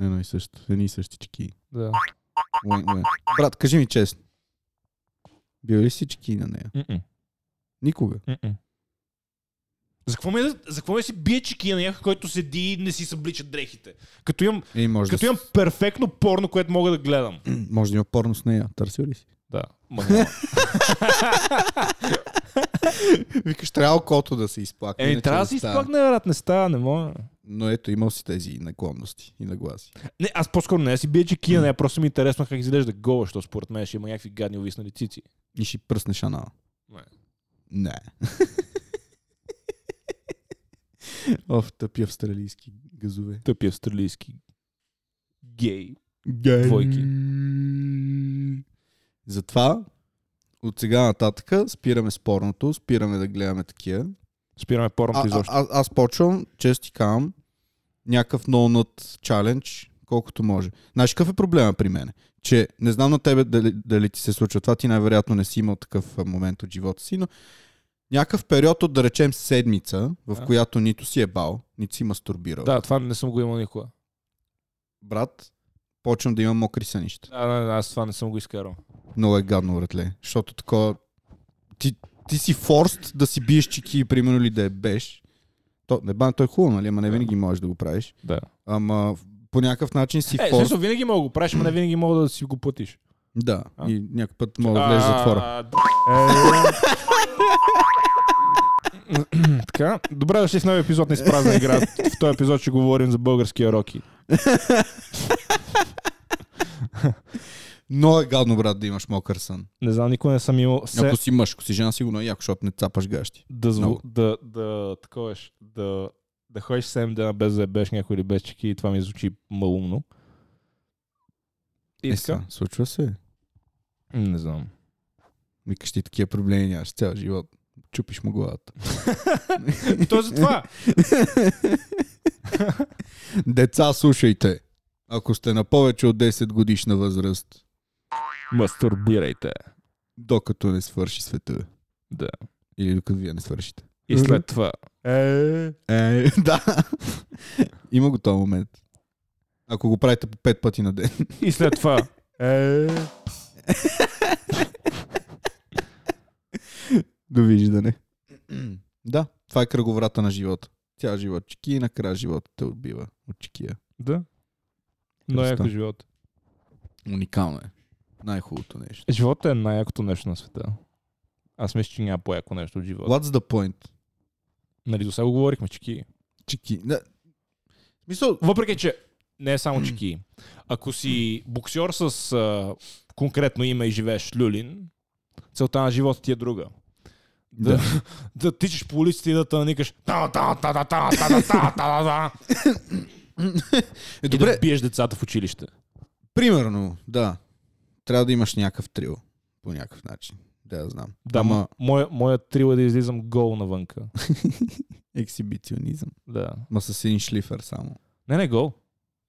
A: Едно и също. Едни и същички.
B: Да.
A: Уен, уен. Брат, кажи ми честно. Бил ли всички на нея?
B: М-м,
A: Никога.
B: м-м. За какво ме, за какво ме си бие чекия на някой, който седи и не си съблича дрехите? Като имам
A: Ей, Е, може,
B: Като
A: да,
B: имам
A: с-
B: перфектно порно, което мога да гледам.
A: може да има порно с нея. Търсил ли си?
B: Да.
A: Викаш, трябва окото да се изплакне.
B: Еми,
A: иначе
B: Е, трябва да
A: не
B: се
A: става.
B: изпъкне, брат, не става, не мога.
A: Но ето, имал си тези наклонности и нагласи.
B: Не, аз по-скоро не си бия чекия, не, просто ми е интересно как изглежда гола, защото според мен ще има някакви гадни увиснали цици.
A: И ще пръснеш анала.
B: Не.
A: Не. Оф, тъпи австралийски газове.
B: Тъпи австралийски гей.
A: Гей.
B: Двойки.
A: Затова от сега нататък спираме спорното, спираме да гледаме такива.
B: Спираме порното
A: А, а,
B: изобщо.
A: а, аз почвам, чест ти кам, някакъв no-nut чалендж, колкото може. Знаеш какъв е проблема при мен? Че не знам на тебе дали, дали ти се случва това, ти най-вероятно не си имал такъв а, момент от живота си, но някакъв период от, да речем, седмица, в
B: Да.
A: която нито си е бал, нито си мастурбирал.
B: Да, това не съм го имал никога.
A: Брат, почвам да имам мокри сънища.
B: Да, да, да, аз това не съм го изкарал.
A: Много е гадно, братле. Защото е? такова ти, ти си форст да си биеш чеки, примерно, или да е беш. То, не бан, то е хубаво, нали? Ама не винаги можеш да го правиш.
B: Да.
A: Ама в- по някакъв начин си
B: Е, в
A: форст.
B: смисъл, винаги мога да го правиш, но не винаги мога да си го платиш.
A: Да.
B: А.
A: И някой път мога да влезеш в затвора.
B: А, д- е. Така, добре дошли в новия епизод на Изпразна игра. В този епизод ще говорим за българския роки.
A: Но е гадно, брат, да имаш мокър сън.
B: Не знам, никога не съм имал... Се...
A: Ако си мъж, ако си жена, сигурно е яко, защото не цапаш гащи.
B: да, зву...
A: Много.
B: да, да, таковеш, да, да ходиш 7 дена без да ебеш някой или без чеки, това ми звучи малумно. И
A: Е,
B: така?
A: сега, случва се.
B: Не знам.
A: Викаш ти такива проблеми нямаш цял живот. Чупиш му главата.
B: То за това.
A: Деца, слушайте. Ако сте на повече от 10 годишна възраст,
B: Мастурбирайте.
A: докато не свърши света.
B: Да.
A: Или докато вие не свършите.
B: И след това. Е...
A: Е, да. Има го този момент. Ако го правите по 5 пъти на ден.
B: И след това. Е...
A: Довиждане. да, това е кръговрата на живота. Цял живот чеки и накрая живота те отбива от чекия.
B: Да. Но
A: Красота.
B: яко живот.
A: Уникално е. Най-хубавото нещо.
B: Животът е най-якото нещо на света. Аз мисля, че няма по-яко нещо от живота.
A: What's the point?
B: Нали, до сега го говорихме, чеки.
A: Чеки. Да. В Смисъл,
B: Въпреки, че не е само чеки. Ако си боксер с а, конкретно име и живееш люлин, целта на живота ти е друга. Да, да. тичаш по улиците и да те наникаш та та та та та та та та та та
A: е,
B: и да
A: добре,
B: биеш децата в училище.
A: примерно, да. Трябва да имаш някакъв трил. По някакъв начин. Да, я знам.
B: Да, ма... Моя, моя трил е да излизам гол навънка.
A: Ексибиционизъм.
B: Да.
A: Ма с един шлифер само.
B: Не, не гол.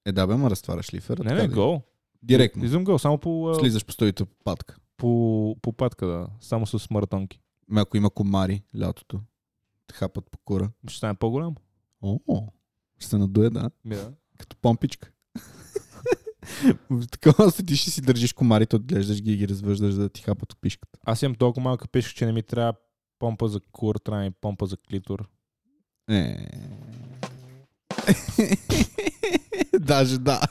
A: Е, да, бе, ма разтваря шлифера.
B: Не, не
A: така да-
B: гол.
A: Директно.
B: Излизам гол, само по, а,
A: Слизаш по стойта по патка.
B: по, по патка, да. Само с маратонки.
A: Ме, Ако има комари лятото, те хапат по кура.
B: Ще стане по-голям.
A: О, ще се надуе, да.
B: Ми, да.
A: Като помпичка. Така се ти ще си държиш комарите, отглеждаш ги и ги развъждаш да ти хапат от пишката.
B: Аз имам толкова малка пишка, че не ми трябва помпа за кур, трябва ми помпа за клитор.
A: Е. Даже да.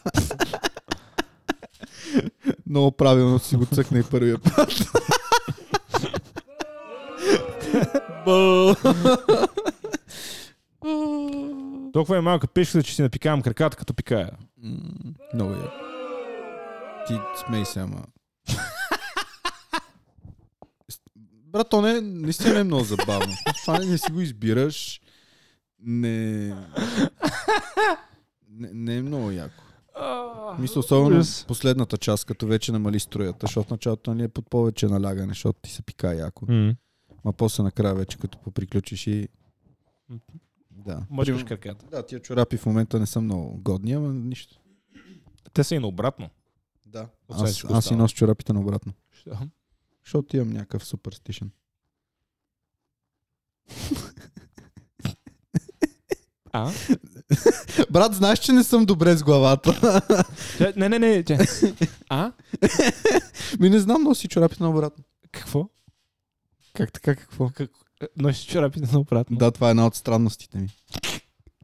A: Много правилно си го цъкна и първия път.
B: Толкова е малка пишка, че си напикавам краката, като пикая.
A: М, Много е. Ти смей се, ама. Брат, то не, наистина не е много забавно. Това не, не си го избираш. Не... не... Не е много яко. Мисля, особено
B: ужас.
A: последната част, като вече намали струята, защото началото нали е под повече налягане, защото ти се пика яко.
B: Mm.
A: Ма после накрая вече, като поприключиш и... Да.
B: Мъчкаш краката.
A: Да, тия чорапи в момента не са много годни, ама нищо.
B: Те са и наобратно.
A: Да.
B: Освен
A: Аз,
B: всичко
A: аз си
B: останало.
A: нося чорапите на обратно. Защото имам някакъв суперстишен.
B: А?
A: Брат, знаеш, че не съм добре с главата.
B: Тя- Не, не, не. тя- А?
A: Ми не знам, носи чорапите на обратно.
B: Какво?
A: Как така, какво?
B: Как... Носи чорапите наобратно.
A: Да, това е една от странностите ми.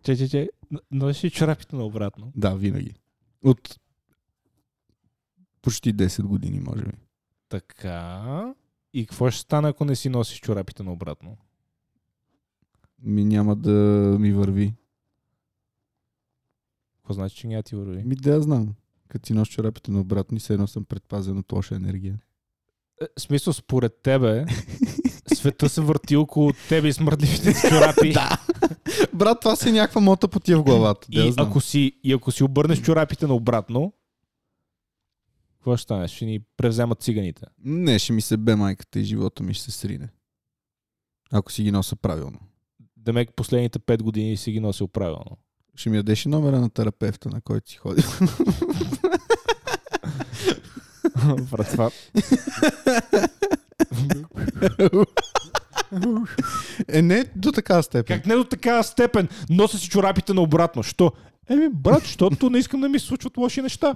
B: Че, че, че. Н- Носи чорапите наобратно.
A: Да, винаги. От почти 10 години, може би.
B: Така. И какво ще стане, ако не си носиш чорапите наобратно?
A: Ми няма да ми върви.
B: Какво значи, че няма ти върви?
A: Ми да, я знам. Като си носи чорапите на обратно, и се едно съм предпазен от лоша енергия.
B: Е, в смисъл, според тебе, света се върти около тебе и смъртливите ти чорапи.
A: Да. Брат, това си е някаква мота по тия в главата. Да, я
B: и,
A: знам.
B: ако си, и ако си обърнеш чорапите наобратно, какво ще стане? Ще ни превземат циганите.
A: Не, ще ми се бе майката и живота ми ще се срине. Ако си ги носа правилно.
B: Демек последните 5 години си ги носил правилно.
A: Ще ми ядеш и номера на терапевта, на който си ходил.
B: Братва.
A: е, не до така степен.
B: Как не до такава степен? Нося си чорапите наобратно. Що? Еми, брат, защото не искам да ми се случват лоши неща.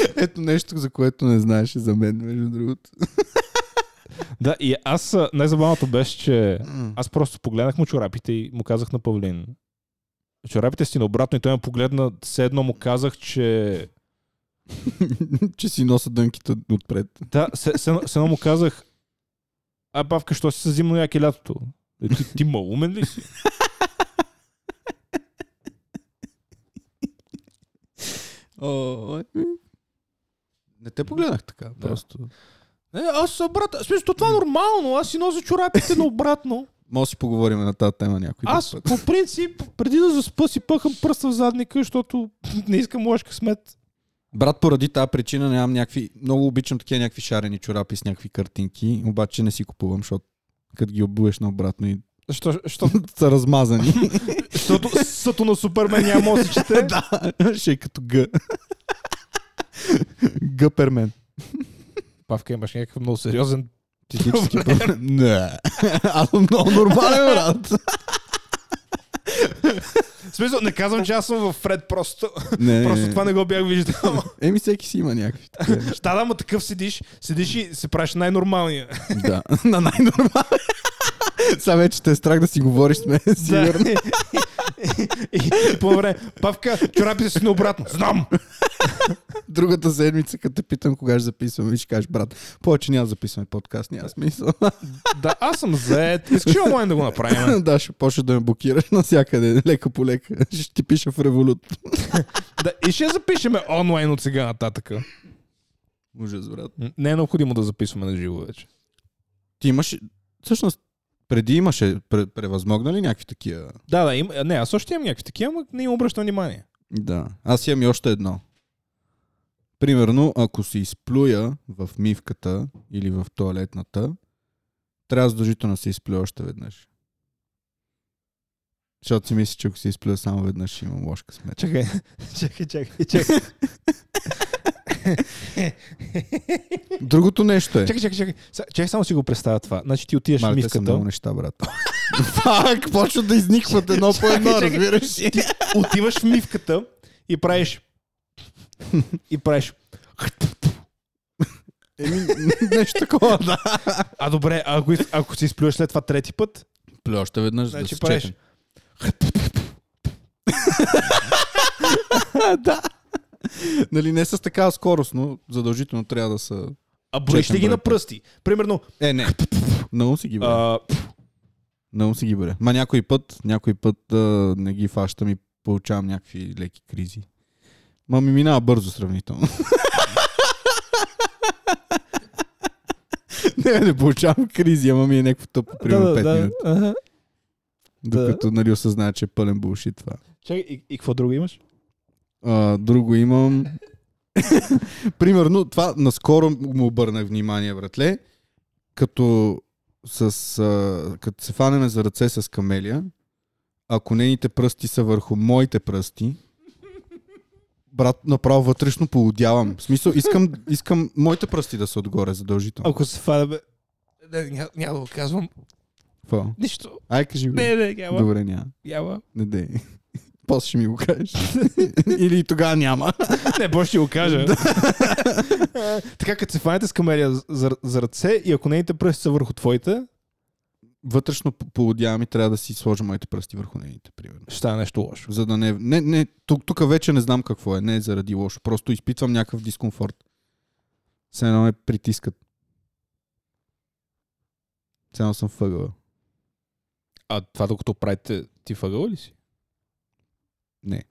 A: Е, Ето нещо, за което не знаеше за мен, между другото.
B: Да, и аз а, най-забавното беше, че аз просто погледнах му чорапите и му казах на Павлин. Чорапите си наобратно и той ме погледна, все едно му казах, че...
A: че си носа дънките отпред.
B: Да, все, все, едно- все едно му казах, а бавка, що си с зимно яки лятото? Е, Ти, ти малумен ли си?
A: О, не те погледнах така, да. просто.
B: Не, аз съм брат, в смисъл, то това е нормално, аз си нося чорапите наобратно.
A: Може да си поговорим на тази тема някой
B: Аз
A: друг път.
B: по принцип, преди да заспа си пъхам пръста в задника, защото не искам лошка смет.
A: Брат, поради тази причина нямам някакви... Много обичам такива някакви шарени чорапи с някакви картинки, обаче не си купувам, защото като ги обуеш наобратно и
B: Що, що,
A: са размазани.
B: защото съто на Супермен няма може да се чете.
A: да, ще е като Г. Гъпермен.
B: Павка, имаш някакъв много сериозен...
A: Физически проблем. Не. Аз съм много нормален, брат.
B: В смисъл, не казвам, че аз съм във Фред, просто,
A: Не, не,
B: просто
A: не.
B: това не го бях виждал.
A: Еми всеки си има някакви. такива.
B: Та да, ма такъв седиш, седиш и се правиш най-нормалния.
A: да, на най-нормален. Сега вече те е страх да си говориш с мен, сигурно.
B: Да. и, и, по време, Павка, чорапите си наобратно. Знам!
A: Другата седмица, като те питам кога ще записваме, и ще кажеш, брат, повече няма да записваме подкаст, няма смисъл.
B: Да, аз съм заед. Искаш ли онлайн да го направим?
A: да, ще почне да ме блокираш навсякъде, лека по лека. Ще ти пиша в револют.
B: да, и ще запишеме онлайн от сега нататък.
A: Ужас, брат.
B: М, Не е необходимо да записваме на живо вече.
A: Ти имаш, всъщност, преди имаше пре- превъзмогна ли някакви такива?
B: Да, да, им, не, аз още имам някакви такива, но не им обръщам внимание.
A: Да. Аз имам и още едно. Примерно, ако се изплюя в мивката или в туалетната, трябва задължително да се изплюя още веднъж. Защото си мисля, че ако се изплюя само веднъж, ще имам лош късмет.
B: Чакай, чакай, чакай, чакай.
A: Другото нещо е.
B: чакай, чакай, чакай. Са- Чакай, само си го представя това. Значи ти отиваш в
A: Малите са
B: мивката,
A: много е неща, брат. Фак, почва да изникват едно по е едно,
B: Чакай, чакай.
A: разбираш ли?
B: отиваш в мивката и правиш и правиш.
A: Еми, нещо такова, да.
B: А добре, а ако, из- ако се изплюеш след това трети път,
A: Плю още веднъж,
B: значи
A: да се
B: правиш.
A: чекам. Нали, не с такава скорост, но задължително трябва да са...
B: А броиш ли
A: Чекам
B: ги на
A: брой път.
B: пръсти? Примерно,
A: Е, не. На ум си ги бере.
B: а,
A: На ум си ги бере. Ма някой път, някой път а, не ги фащам и получавам някакви леки кризи. Ма ми минава бързо сравнително. не, не получавам кризи, ама ми е някакво тъпо, примерно 5 минути.
B: ага.
A: Докато нали, осъзная, че е пълен булши това.
B: Чакай, и, и какво друго имаш?
A: А, друго имам. Примерно, това наскоро му обърнах внимание, братле. Като, с, а, като се фанеме за ръце с камелия, ако нейните пръсти са върху моите пръсти, брат, направо вътрешно полудявам. В смисъл, искам, искам моите пръсти да са отгоре задължително.
B: Ако се фадаме... Не, няма, няма да го казвам.
A: Какво?
B: Нищо.
A: Ай, кажи го.
B: Не, не, няма.
A: Добре, няма.
B: няма.
A: Не дей. После ще ми го кажеш. Или и тогава няма.
B: Не, после ще го кажа. А, така, като се фанете с камелия за, за ръце и ако нейните пръсти са върху твоите,
A: вътрешно по- полудявам и трябва да си сложа моите пръсти върху нейните, примерно.
B: ще стане нещо лошо.
A: За да не... не, не тук, тук вече не знам какво е. Не е заради лошо. Просто изпитвам някакъв дискомфорт. Все едно ме притискат. Все едно съм въгъла.
B: А това докато правите, ти въгъл ли си?
A: Не.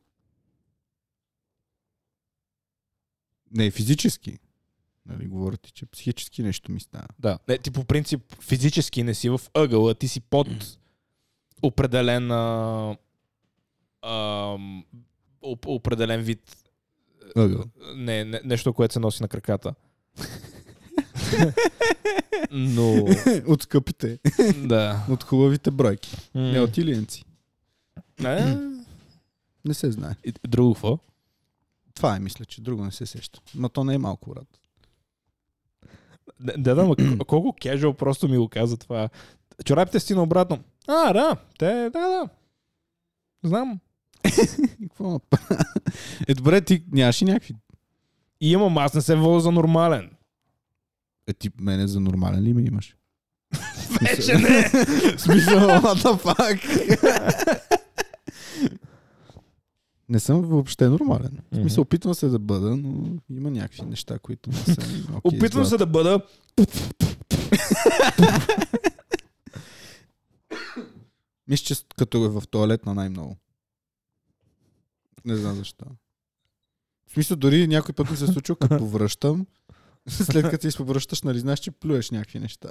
A: Не, физически. Нали, говорите, че психически нещо ми става.
B: Да. Не, ти по принцип физически не си в ъгъла, ти си под определен а, ам, оп- определен вид.
A: Ъгъл.
B: Не, не, нещо, което се носи на краката. Но,
A: Е, От скъпите.
B: да.
A: От хубавите бройки. Не
B: М.
A: от илиенци.
B: Е,
A: Не се знае.
B: и Друго какво?
A: Това е, мисля, че друго не се сеща. Ма то не е малко, брат.
B: Да, да, да, ма к- колко кежуал просто ми го каза това. Чорапите си обратно. А, да, те, да, да. Знам.
A: И какво? да правя? е, добре, ти нямаш и някакви
B: Имам, аз не се вода за нормален.
A: Е, ти мене за нормален ли ме имаш?
D: Вече не.
A: В смисъл, what the fuck? не съм въобще нормален. В смисъл, опитвам се да бъда, но има някакви неща, които не са. Okay,
B: Опитвам се да бъда.
A: Мисля, че с- като е в туалет на най-много. Не знам защо. В смисъл, дори някой път ми се случва, като повръщам, след като се повръщаш, нали знаеш, че плюеш някакви неща.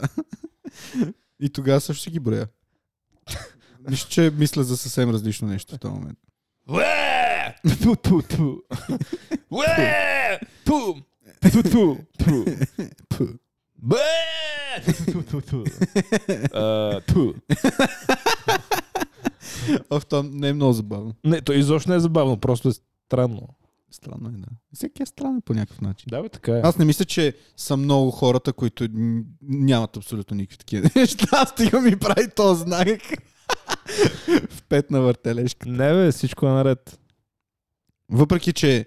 A: И тогава също си ги броя. Мисля, че мисля за съвсем различно нещо в този момент.
B: Уе! Ту, ту, ту. Уе! Ту! Ту, ту, ту.
A: Пу.
B: Бе! Ту, ту, ту. А, Ту.
A: О, в това не е много забавно.
B: Не, то изобщо не е забавно, просто е странно.
A: Странно е, да. Всеки е странен по някакъв начин.
B: Да, бе, така е.
A: Аз не мисля, че са много хората, които н- нямат абсолютно никакви такива неща. Стига ми прави този знак. в пет на въртележка.
B: Не, бе, всичко е наред.
A: Въпреки, че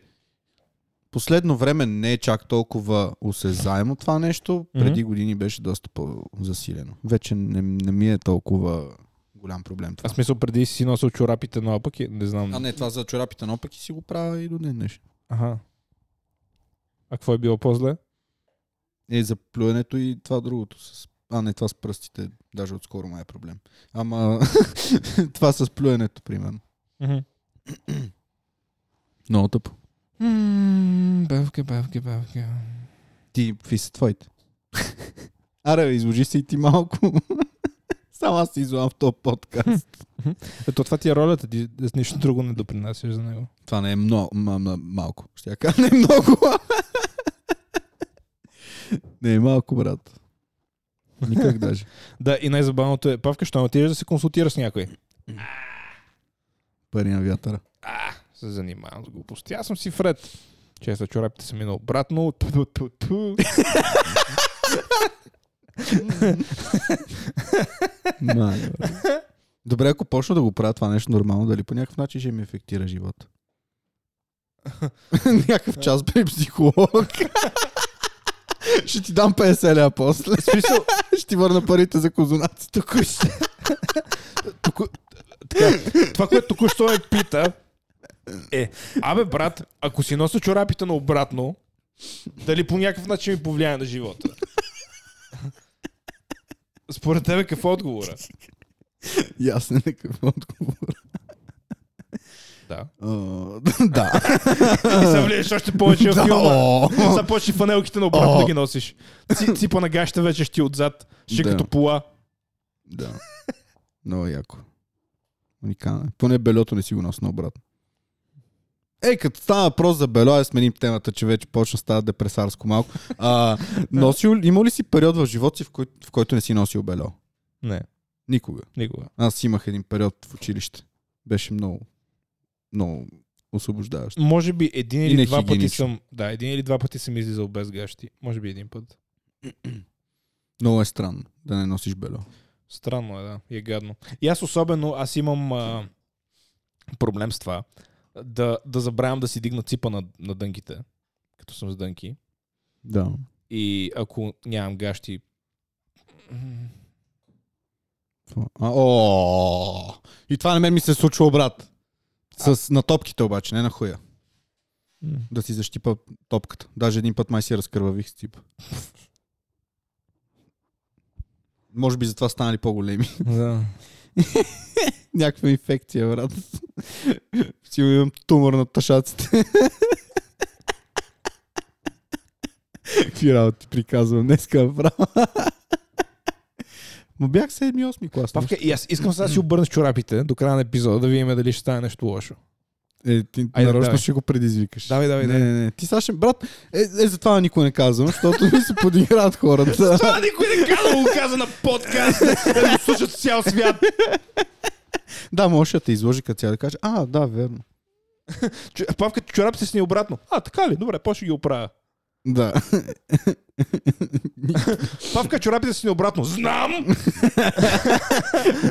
A: последно време не е чак толкова осезаемо това нещо, преди години беше доста по-засилено. Вече не, не ми е толкова голям проблем това.
B: Аз смисъл преди си носил чорапите, но пък е- не знам.
A: А не, това за чорапите, но пък и си го правя и до ден днешен.
B: Аха. А какво е било по-зле?
A: Е, за плюенето и това другото. С... А, не, това с пръстите. Даже отскоро май е проблем. Ама това с плюенето, примерно.
B: Мгм.
A: Много тъпо.
B: Бавка, бавка, бавка.
A: Ти, какви са твоите? Аре, бе, изложи се и ти малко. Само аз се излагам в този подкаст.
B: Ето това ти е ролята, ти с нищо друго не допринасяш за него.
A: това не е много, м- м- малко. Ще я кажа, не е много. не е малко, брат. Никак даже.
B: Да, и най-забавното е, Павка, ще отидеш да се консултираш с някой.
A: Пари на вятъра.
B: Се занимавам с глупости. Аз съм си Фред. Често чорапите са мина обратно. Ту-ту-ту-ту.
A: Мале, брат. Добре, ако почна да го правя това нещо нормално, дали по някакъв начин ще ми ефектира живота? някакъв час при психолог. ще ти дам 50 ля после.
B: Смисъл,
A: ще ти върна парите за козунаците.
B: току- така, това, което току-що ме пита е, абе брат, ако си нося чорапите на обратно, дали по някакъв начин ми повлияе на живота? Според тебе какво е отговора?
A: Ясен е какво отговор.
B: Да.
A: О, Да.
B: И се влезеш още повече в
A: Да,
B: е филма.
A: о.
B: Започни фанелките на обратно
A: О.
B: да ги носиш. Ци- Ципа на гаща вече ще ти отзад. Ще
A: Да.
B: като пола.
A: Да. Много яко. Уникално. е. Поне белето не си го носи наобратно. Ей, като става въпрос за бело, да сменим темата, че вече почна става депресарско малко. А, носил, има ли си период в живота си, в, кой, в който не си носил бело?
B: Не,
A: Никога.
B: никога.
A: Аз имах един период в училище. Беше много, много освобождаващ.
B: Може би един
A: И
B: или два пъти
A: нехигиенично.
B: съм. Да, един или два пъти съм излизал без гащи. Може би един път.
A: Много е странно да не носиш бело.
B: Странно е, да. И е гадно. И аз особено, аз имам а, проблем с това. Да, да забравям да си дигна ципа на, на дънките, като съм с дънки.
A: Да.
B: И ако нямам гащи... м,
A: Това. А, о, и това на мен ми се случва, брат. С, на топките обаче, не на хуя.
B: м.
A: Да си защипа топката. Даже един път май си разкървавих с тип. Може би затова станали по-големи.
B: Да.
A: Някаква инфекция, брат. Сигурно имам тумор на тъшаците. Какви работи приказвам днеска, брат. Ма бях 7-8 клас.
B: Павка, и аз искам сега да си обърнеш чорапите до края на епизода, да видим дали ще стане нещо лошо.
A: Е, ти
B: Айде,
A: нарочно
B: давай.
A: ще го предизвикаш.
B: Давай, давай,
A: не, не, не. Ти сега ще... Брат, е, е затова никой не казвам, защото ми се подиграват хората.
D: Това никой не казва, го каза на подкаст.
B: Да го слушат с цял свят.
A: да, може да те изложи като цяло да каже, а, да, верно.
B: Чу- Павка, чорапите си ни обратно. А, така ли? Добре, по ще ги оправя.
A: Да.
B: Павка чорапите си обратно. Знам!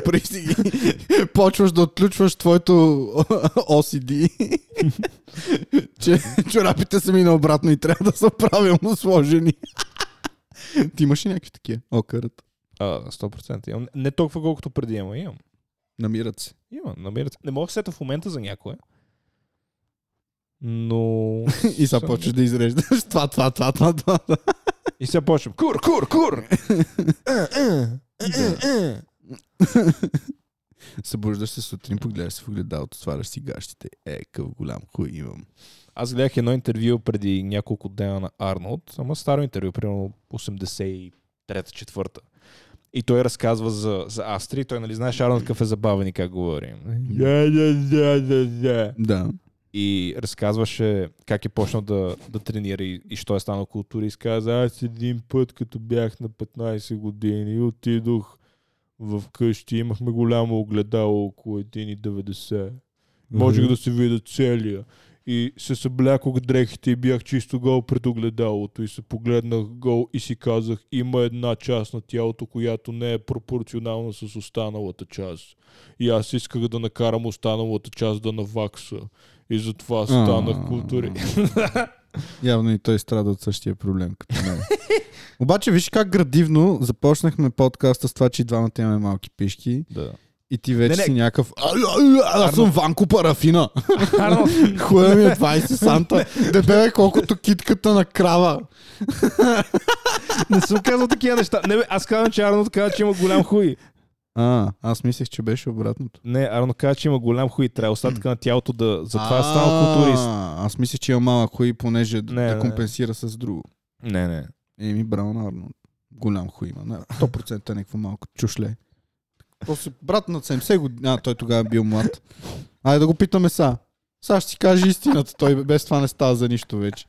A: Прищи ги. Почваш да отключваш твоето OCD, че чорапите са ми наобратно и трябва да са правилно сложени. Ти имаш ли някакви такива? Окърът.
B: А, 100% имам. Не толкова колкото преди имам. Имам.
A: Намират се.
B: Имам, намират. се. Не мога да се сета в момента за някое. Но...
A: И сега почваш да изреждаш това, това, това, това, това. това.
B: И сега почвам. Кур, кур, кур! Е, е, е, е.
A: Събуждаш се сутрин, погледаш се в огледалото, отваряш си гащите. Е, къв голям хуй имам.
B: Аз гледах едно интервю преди няколко дена на Арнолд, ама старо интервю, примерно 83-4. И той разказва за, за Астри. Той, нали, знаеш, Арнолд какъв е забавен и как говори. Да, да, да, да, да.
A: Да.
B: И разказваше как е почнал да, да тренира и, и що е станал културист. Каза, аз един път, като бях на 15 години, отидох в къщи, имахме голямо огледало около 1,90. Можех да се видя целия. И се съблякох дрехите и бях чисто гол пред огледалото и се погледнах гол и си казах, има една част на тялото, която не е пропорционална с останалата част. И аз исках да накарам останалата част да навакса. И затова станах култури.
A: Явно и той страда от същия проблем като мен. Обаче виж как градивно започнахме подкаста с това, че и двамата имаме малки пишки
B: да.
A: и ти вече
B: Не, не.
A: си някакъв «А, а, а, аз съм Ванко Парафина. Хуя ми е 20 санта. Дебеле колкото китката на крава.
B: не съм казал такива неща. Не, бе, аз казвам, че Арно каза, че има голям хуй.
A: А, аз мислех, че беше обратното.
B: Не, Арно каза, че има голям хуй. Трябва остатъка на тялото да... Затова е станал културист.
A: Аз мислех, че има малък хуй, понеже
B: Не, не,
A: да
B: не.
A: компенсира с друго.
B: Не, не.
A: Еми, браво на Арнолд. Голям хуй има. На 100% е някакво малко чушле. После брат на 70 години. А, той тогава е бил млад. Айде да го питаме са. Са ще си каже истината. Той без това не става за нищо вече.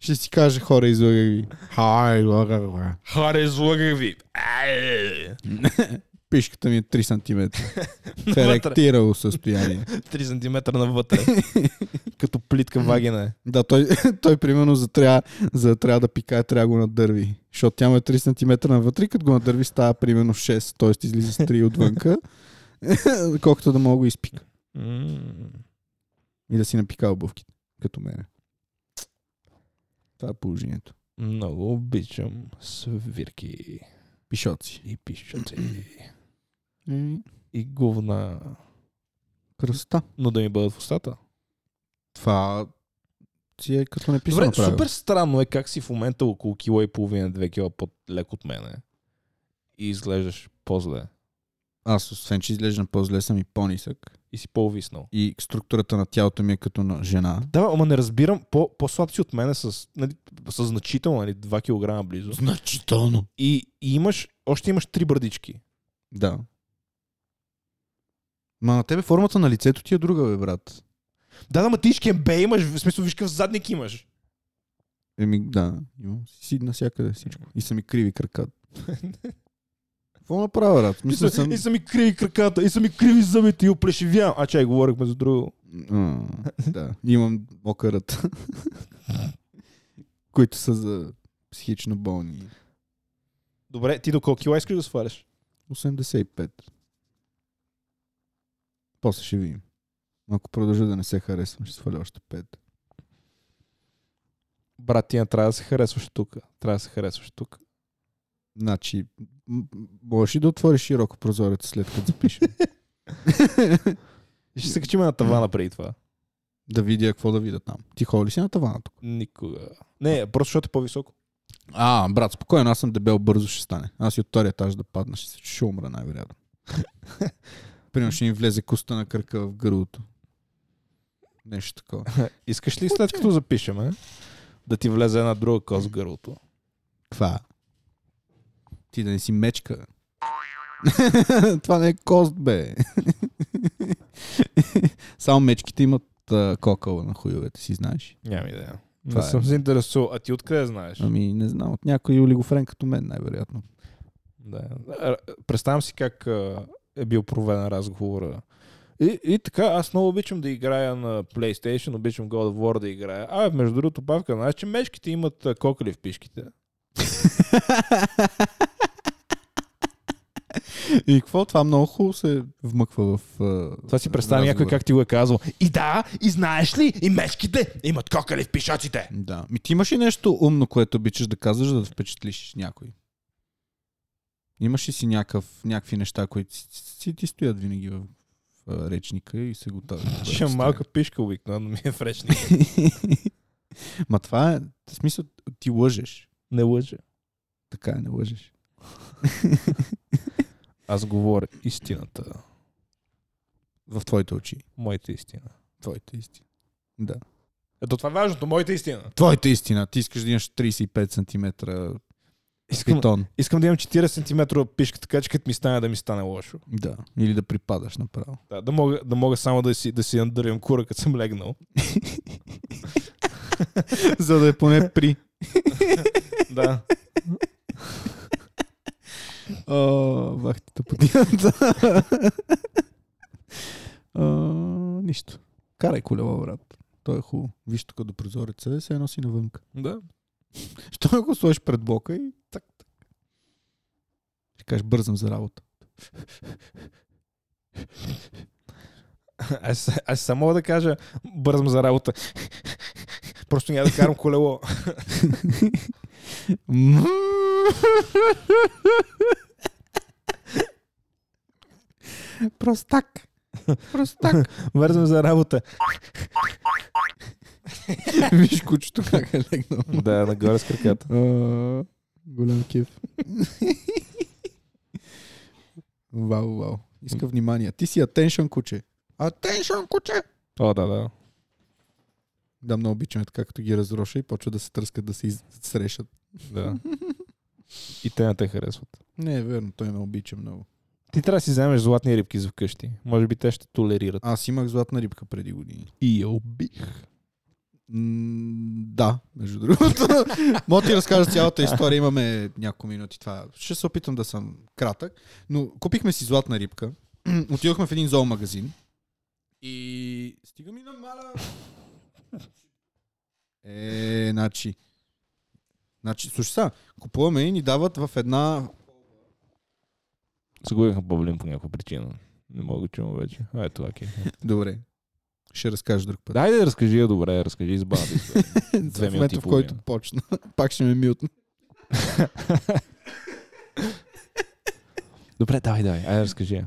A: Ще си каже хора, излагай ви. Хай, лага, лага.
B: Хора, излагах ви.
A: Пишката ми е 3 см. Феректирало състояние.
B: 3 см навътре. Като плитка вагина е.
A: Да, той, той примерно за трябва, за да трябва да пикае, трябва да го надърви. Защото тя му е 3 см навътре, и като го надърви става примерно 6, т.е. излиза с 3 отвънка, колкото да мога го изпика. И да си напика обувките, като мене. Това е положението.
B: Много обичам свирки
A: Пишоци.
B: и пищоци Ами. и говна.
A: Кръста.
B: Но да ми бъдат в устата.
A: Това си е като
B: Добре,
A: написано правило.
B: супер странно е как си в момента около кило и половина, две кила по-лек от мене. И изглеждаш по-зле.
A: Аз освен, че изглеждам по-зле, съм и по-нисък.
B: И си по-виснал.
A: И структурата на тялото ми е като на жена.
B: Да, бе, ама не разбирам. По- по-слаб си от мене с, нали, с значително, нали, 2 кг близо.
A: Значително.
B: И, и имаш, още имаш три брадички.
A: Да. Ма на тебе формата на лицето ти е друга, бе, брат.
B: Да, да, ма ти шкембе имаш, в смисъл виж какъв задник имаш.
A: Еми, да, имам си навсякъде всичко. И са ми криви краката. Какво направя, брат? Мисля,
B: И са,
A: съм...
B: и са ми криви краката, и са ми криви зъбите и оплешивявам. А чай, говорихме за друго.
A: М, да, имам окърът. Които са за психично болни.
B: Добре, ти до колко кила искаш да сваляш?
A: 85. После ще видим. Ако продължа да не се харесвам, ще сваля още 5.
B: Брат, ти не трябва да се харесваш тук. Трябва да се харесваш тук.
A: Значи, м- м- можеш и да отвориш широко прозореца след като запишем.
B: Ще се качим на тавана преди това.
A: да видя какво да видя там. Ти ходи ли си на тавана тук?
B: Никога. Не, просто защото е по-високо.
A: А, брат, спокойно, аз съм дебел, бързо ще стане. Аз и от втория етаж да падна, ще, се- ще умра най-вероятно. Примерно ще ми влезе коста на кръка в гърлото. Нещо такова.
B: Искаш ли след като запишеме да ти влезе една друга коз в гърлото?
A: Каква? Ти да не си мечка. Това не е кост, бе. Само мечките имат а, кокала на хуйовете си, знаеш.
B: Няма идея.
A: Това
B: Не
A: е.
B: съм се интересувал. А ти откъде знаеш?
A: Ами, не знам, от някой олигофрен като мен, най-вероятно.
B: Да. Р- Представям си как а, е бил проведен разговора И, и така, аз много обичам да играя на PlayStation, обичам God of War да играя. А, между другото, Павка, знаеш, че мечките имат а, кокали в пишките.
A: И какво? Това много хубаво се вмъква в...
B: Това си представя някой как ти го е казал. И да, и знаеш ли, и мечките имат кокали в пишаците.
A: Да. Ми ти имаш ли нещо умно, което обичаш да казваш, за да впечатлиш някой? Имаш ли си някакъв, някакви неща, които си, си, си ти стоят винаги в, в речника и се готавят?
B: Ще имам малка пишка обикна, но ми е вречни.
A: Ма това е... В смисъл, ти лъжеш.
B: Не лъжа.
A: Така е, не лъжеш.
B: Аз говоря истината.
A: В твоите очи.
B: Моята истина.
A: Твоята истина. Да.
B: Ето това е важното, моята истина.
A: Твоята истина. Ти искаш да имаш 35 см
B: Искам,
A: питон.
B: искам да имам 40 см пишка, така че като ми стане да ми стане лошо.
A: Да. Или да припадаш направо.
B: Да, да, мога, да мога само да си, да си надървям кура, като съм легнал.
A: за да е поне при.
B: да.
A: О, вахтите по дината. О, нищо. Карай колело, брат. То е хубаво. Виж тук до прозореца, се носи навънка.
B: Да.
A: Що не го сложиш пред блока и так, так. Ще кажеш, бързам за работа.
B: Аз, аз само мога да кажа, бързам за работа. Просто няма да карам колело.
A: Простак. Простак.
B: Бързам за работа.
A: Виж кучето как е легнал.
B: да, нагоре с краката.
A: А, голям кеф. вау, вау. Иска внимание. Ти си attention куче. Attention куче!
B: О, да, да.
A: Да, много обичаме така, като ги разроша и почва да се тръскат, да се из... срещат.
B: да. И те не те харесват.
A: Не, е верно, той ме обича много.
B: Ти трябва да си вземеш златни рибки за вкъщи. Може би те ще толерират.
A: Аз имах златна рибка преди години.
B: И я убих.
A: М, да, между другото. Мога да ти разкажа цялата история, имаме няколко минути това. Ще се опитам да съм кратък. Но купихме си златна рибка, отидохме в един зоомагазин и стига ми на мала. Е, значи. Значи, слушай сега, купуваме и ни дават в една...
B: Загубихме Павлин по някаква причина. Не мога да чувам вече. е А, ето, окей.
A: Добре, ще разкажа друг път.
B: Дайде, разкажи я добре, разкажи избавя.
A: в
B: минути
A: момента,
B: и
A: в който
B: половина.
A: почна. Пак ще е ме мютна.
B: добре, давай, давай. Айде, разкажи я.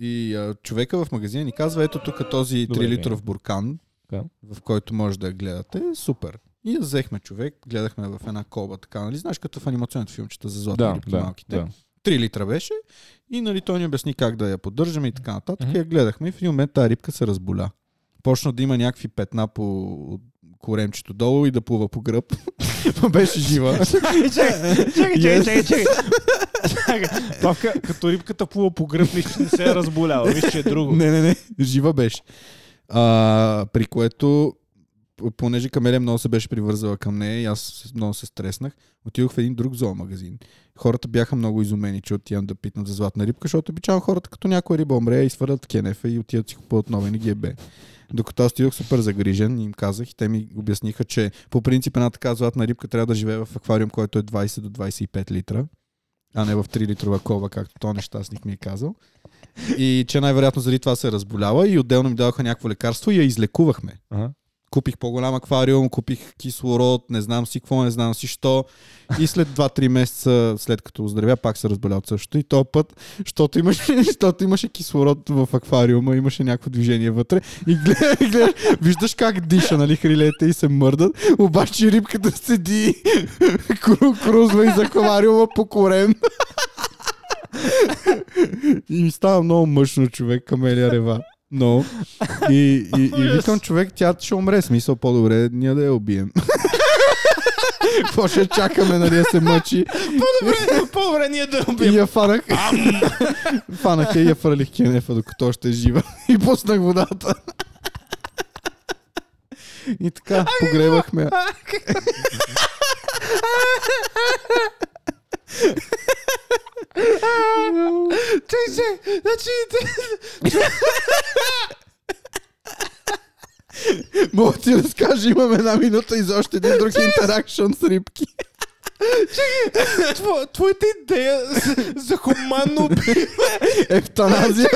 A: И а, човека в магазина ни казва, ето тук този
B: Добре,
A: 3 литров буркан,
B: Така.
A: в който може да я гледате. Супер. И я взехме човек, гледахме в една колба, така, нали? Знаеш, като в анимационните филмчета за златни
B: Да,
A: рибки
B: да,
A: малките.
B: да.
A: 3 литра беше. И нали, той ни обясни как да я поддържаме и така нататък.
B: Мгм.
A: И я гледахме и в един момент тази рибка се разболя. Почна да има някакви петна по коремчето долу и да плува по гръб. беше жива.
C: 네.
B: Чакай, чакай, чакай, чакай. Павка, като рибката плува по гръб, мисля, че не се е разболява. Мисля, че е друго.
A: Не, не, не, жива беше. А, при което, п- понеже камелия много се беше привързала към нея и аз с- много се стреснах, отидох в един друг зоомагазин. Хората бяха много изумени, че отивам да питам за златна рибка, защото обичавам хората като някоя риба умре и свърлят кенефа и отиват си купуват нови и ги ебе. Докато аз отидох супер загрижен, им казах и те ми обясниха, че по принцип една така златна рибка трябва да живее в аквариум, който е 20 до 25 литра, а не в 3 литрова кола, както то нещастник ми е казал и че най-вероятно заради това се е разболяла и отделно ми даваха някакво лекарство и я излекувахме.
B: Ага.
A: Купих по-голям аквариум, купих кислород, не знам си какво, не знам си що. И след 2-3 месеца, след като оздравя, пак се разболя от същото. И то път, защото имаше, защото имаше кислород в аквариума, имаше някакво движение вътре. И гледаш, гледаш виждаш как диша, нали, хрилете и се мърдат. Обаче рибката седи, кру- крузва из аквариума по корем. И ми става много мъжно човек, Камелия Рева. Но. И, и, и викам човек, тя ще умре. Смисъл по-добре, ние да я убием. Какво ще чакаме, нали, да се мъчи.
D: По-добре ние да
A: И я фанах. фанах я и я фърлих кенефа, докато още е жива. И пуснах водата. И така, погребахме. я.
B: Тъй се, значи...
A: Мога да ти разкажа, имам една минута и за още един друг интеракшън с рибки.
B: тво- Твоята идея за- за хуманно...
A: Евтаназия.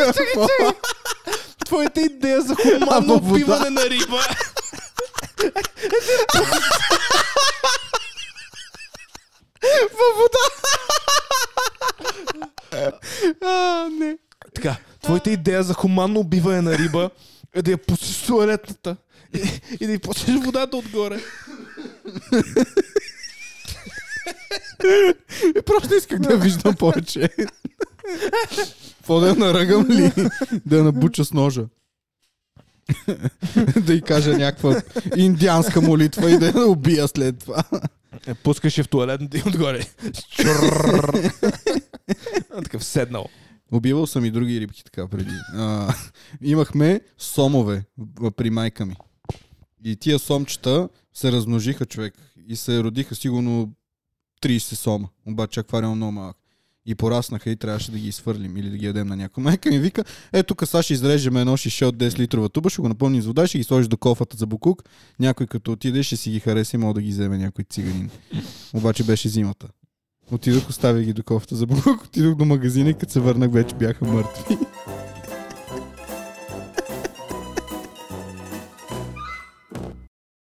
B: Твоята идея за хуманно
A: Ама вода.
B: убиване на риба.
A: А, не.
B: Така, твоята идея за хуманно убиване на риба е да я пуснеш в туалетната и, и да й пуснеш водата отгоре.
A: И просто исках да я виждам повече. Какво да я наръгам ли? Да я набуча с ножа. да й кажа някаква индианска молитва и да я убия след това.
B: Е, пускаш я в туалетната и отгоре. А, Такъв седнал.
A: Убивал съм и други рибки така преди. А, имахме сомове в- при майка ми. И тия сомчета се размножиха човек и се родиха сигурно 30 сома. Обаче аквариум е много малък. И пораснаха и трябваше да ги изхвърлим или да ги ядем на някой. Майка ми вика, е тук сега ще изрежем едно шише от 10 литрова туба, ще го напълним с вода, ще ги сложиш до кофата за букук. Някой като отиде ще си ги хареса и мога да ги вземе някой циганин. Обаче беше зимата. Отидох, оставих ги до кофта за бук, отидох до магазина и като се върнах вече бяха мъртви.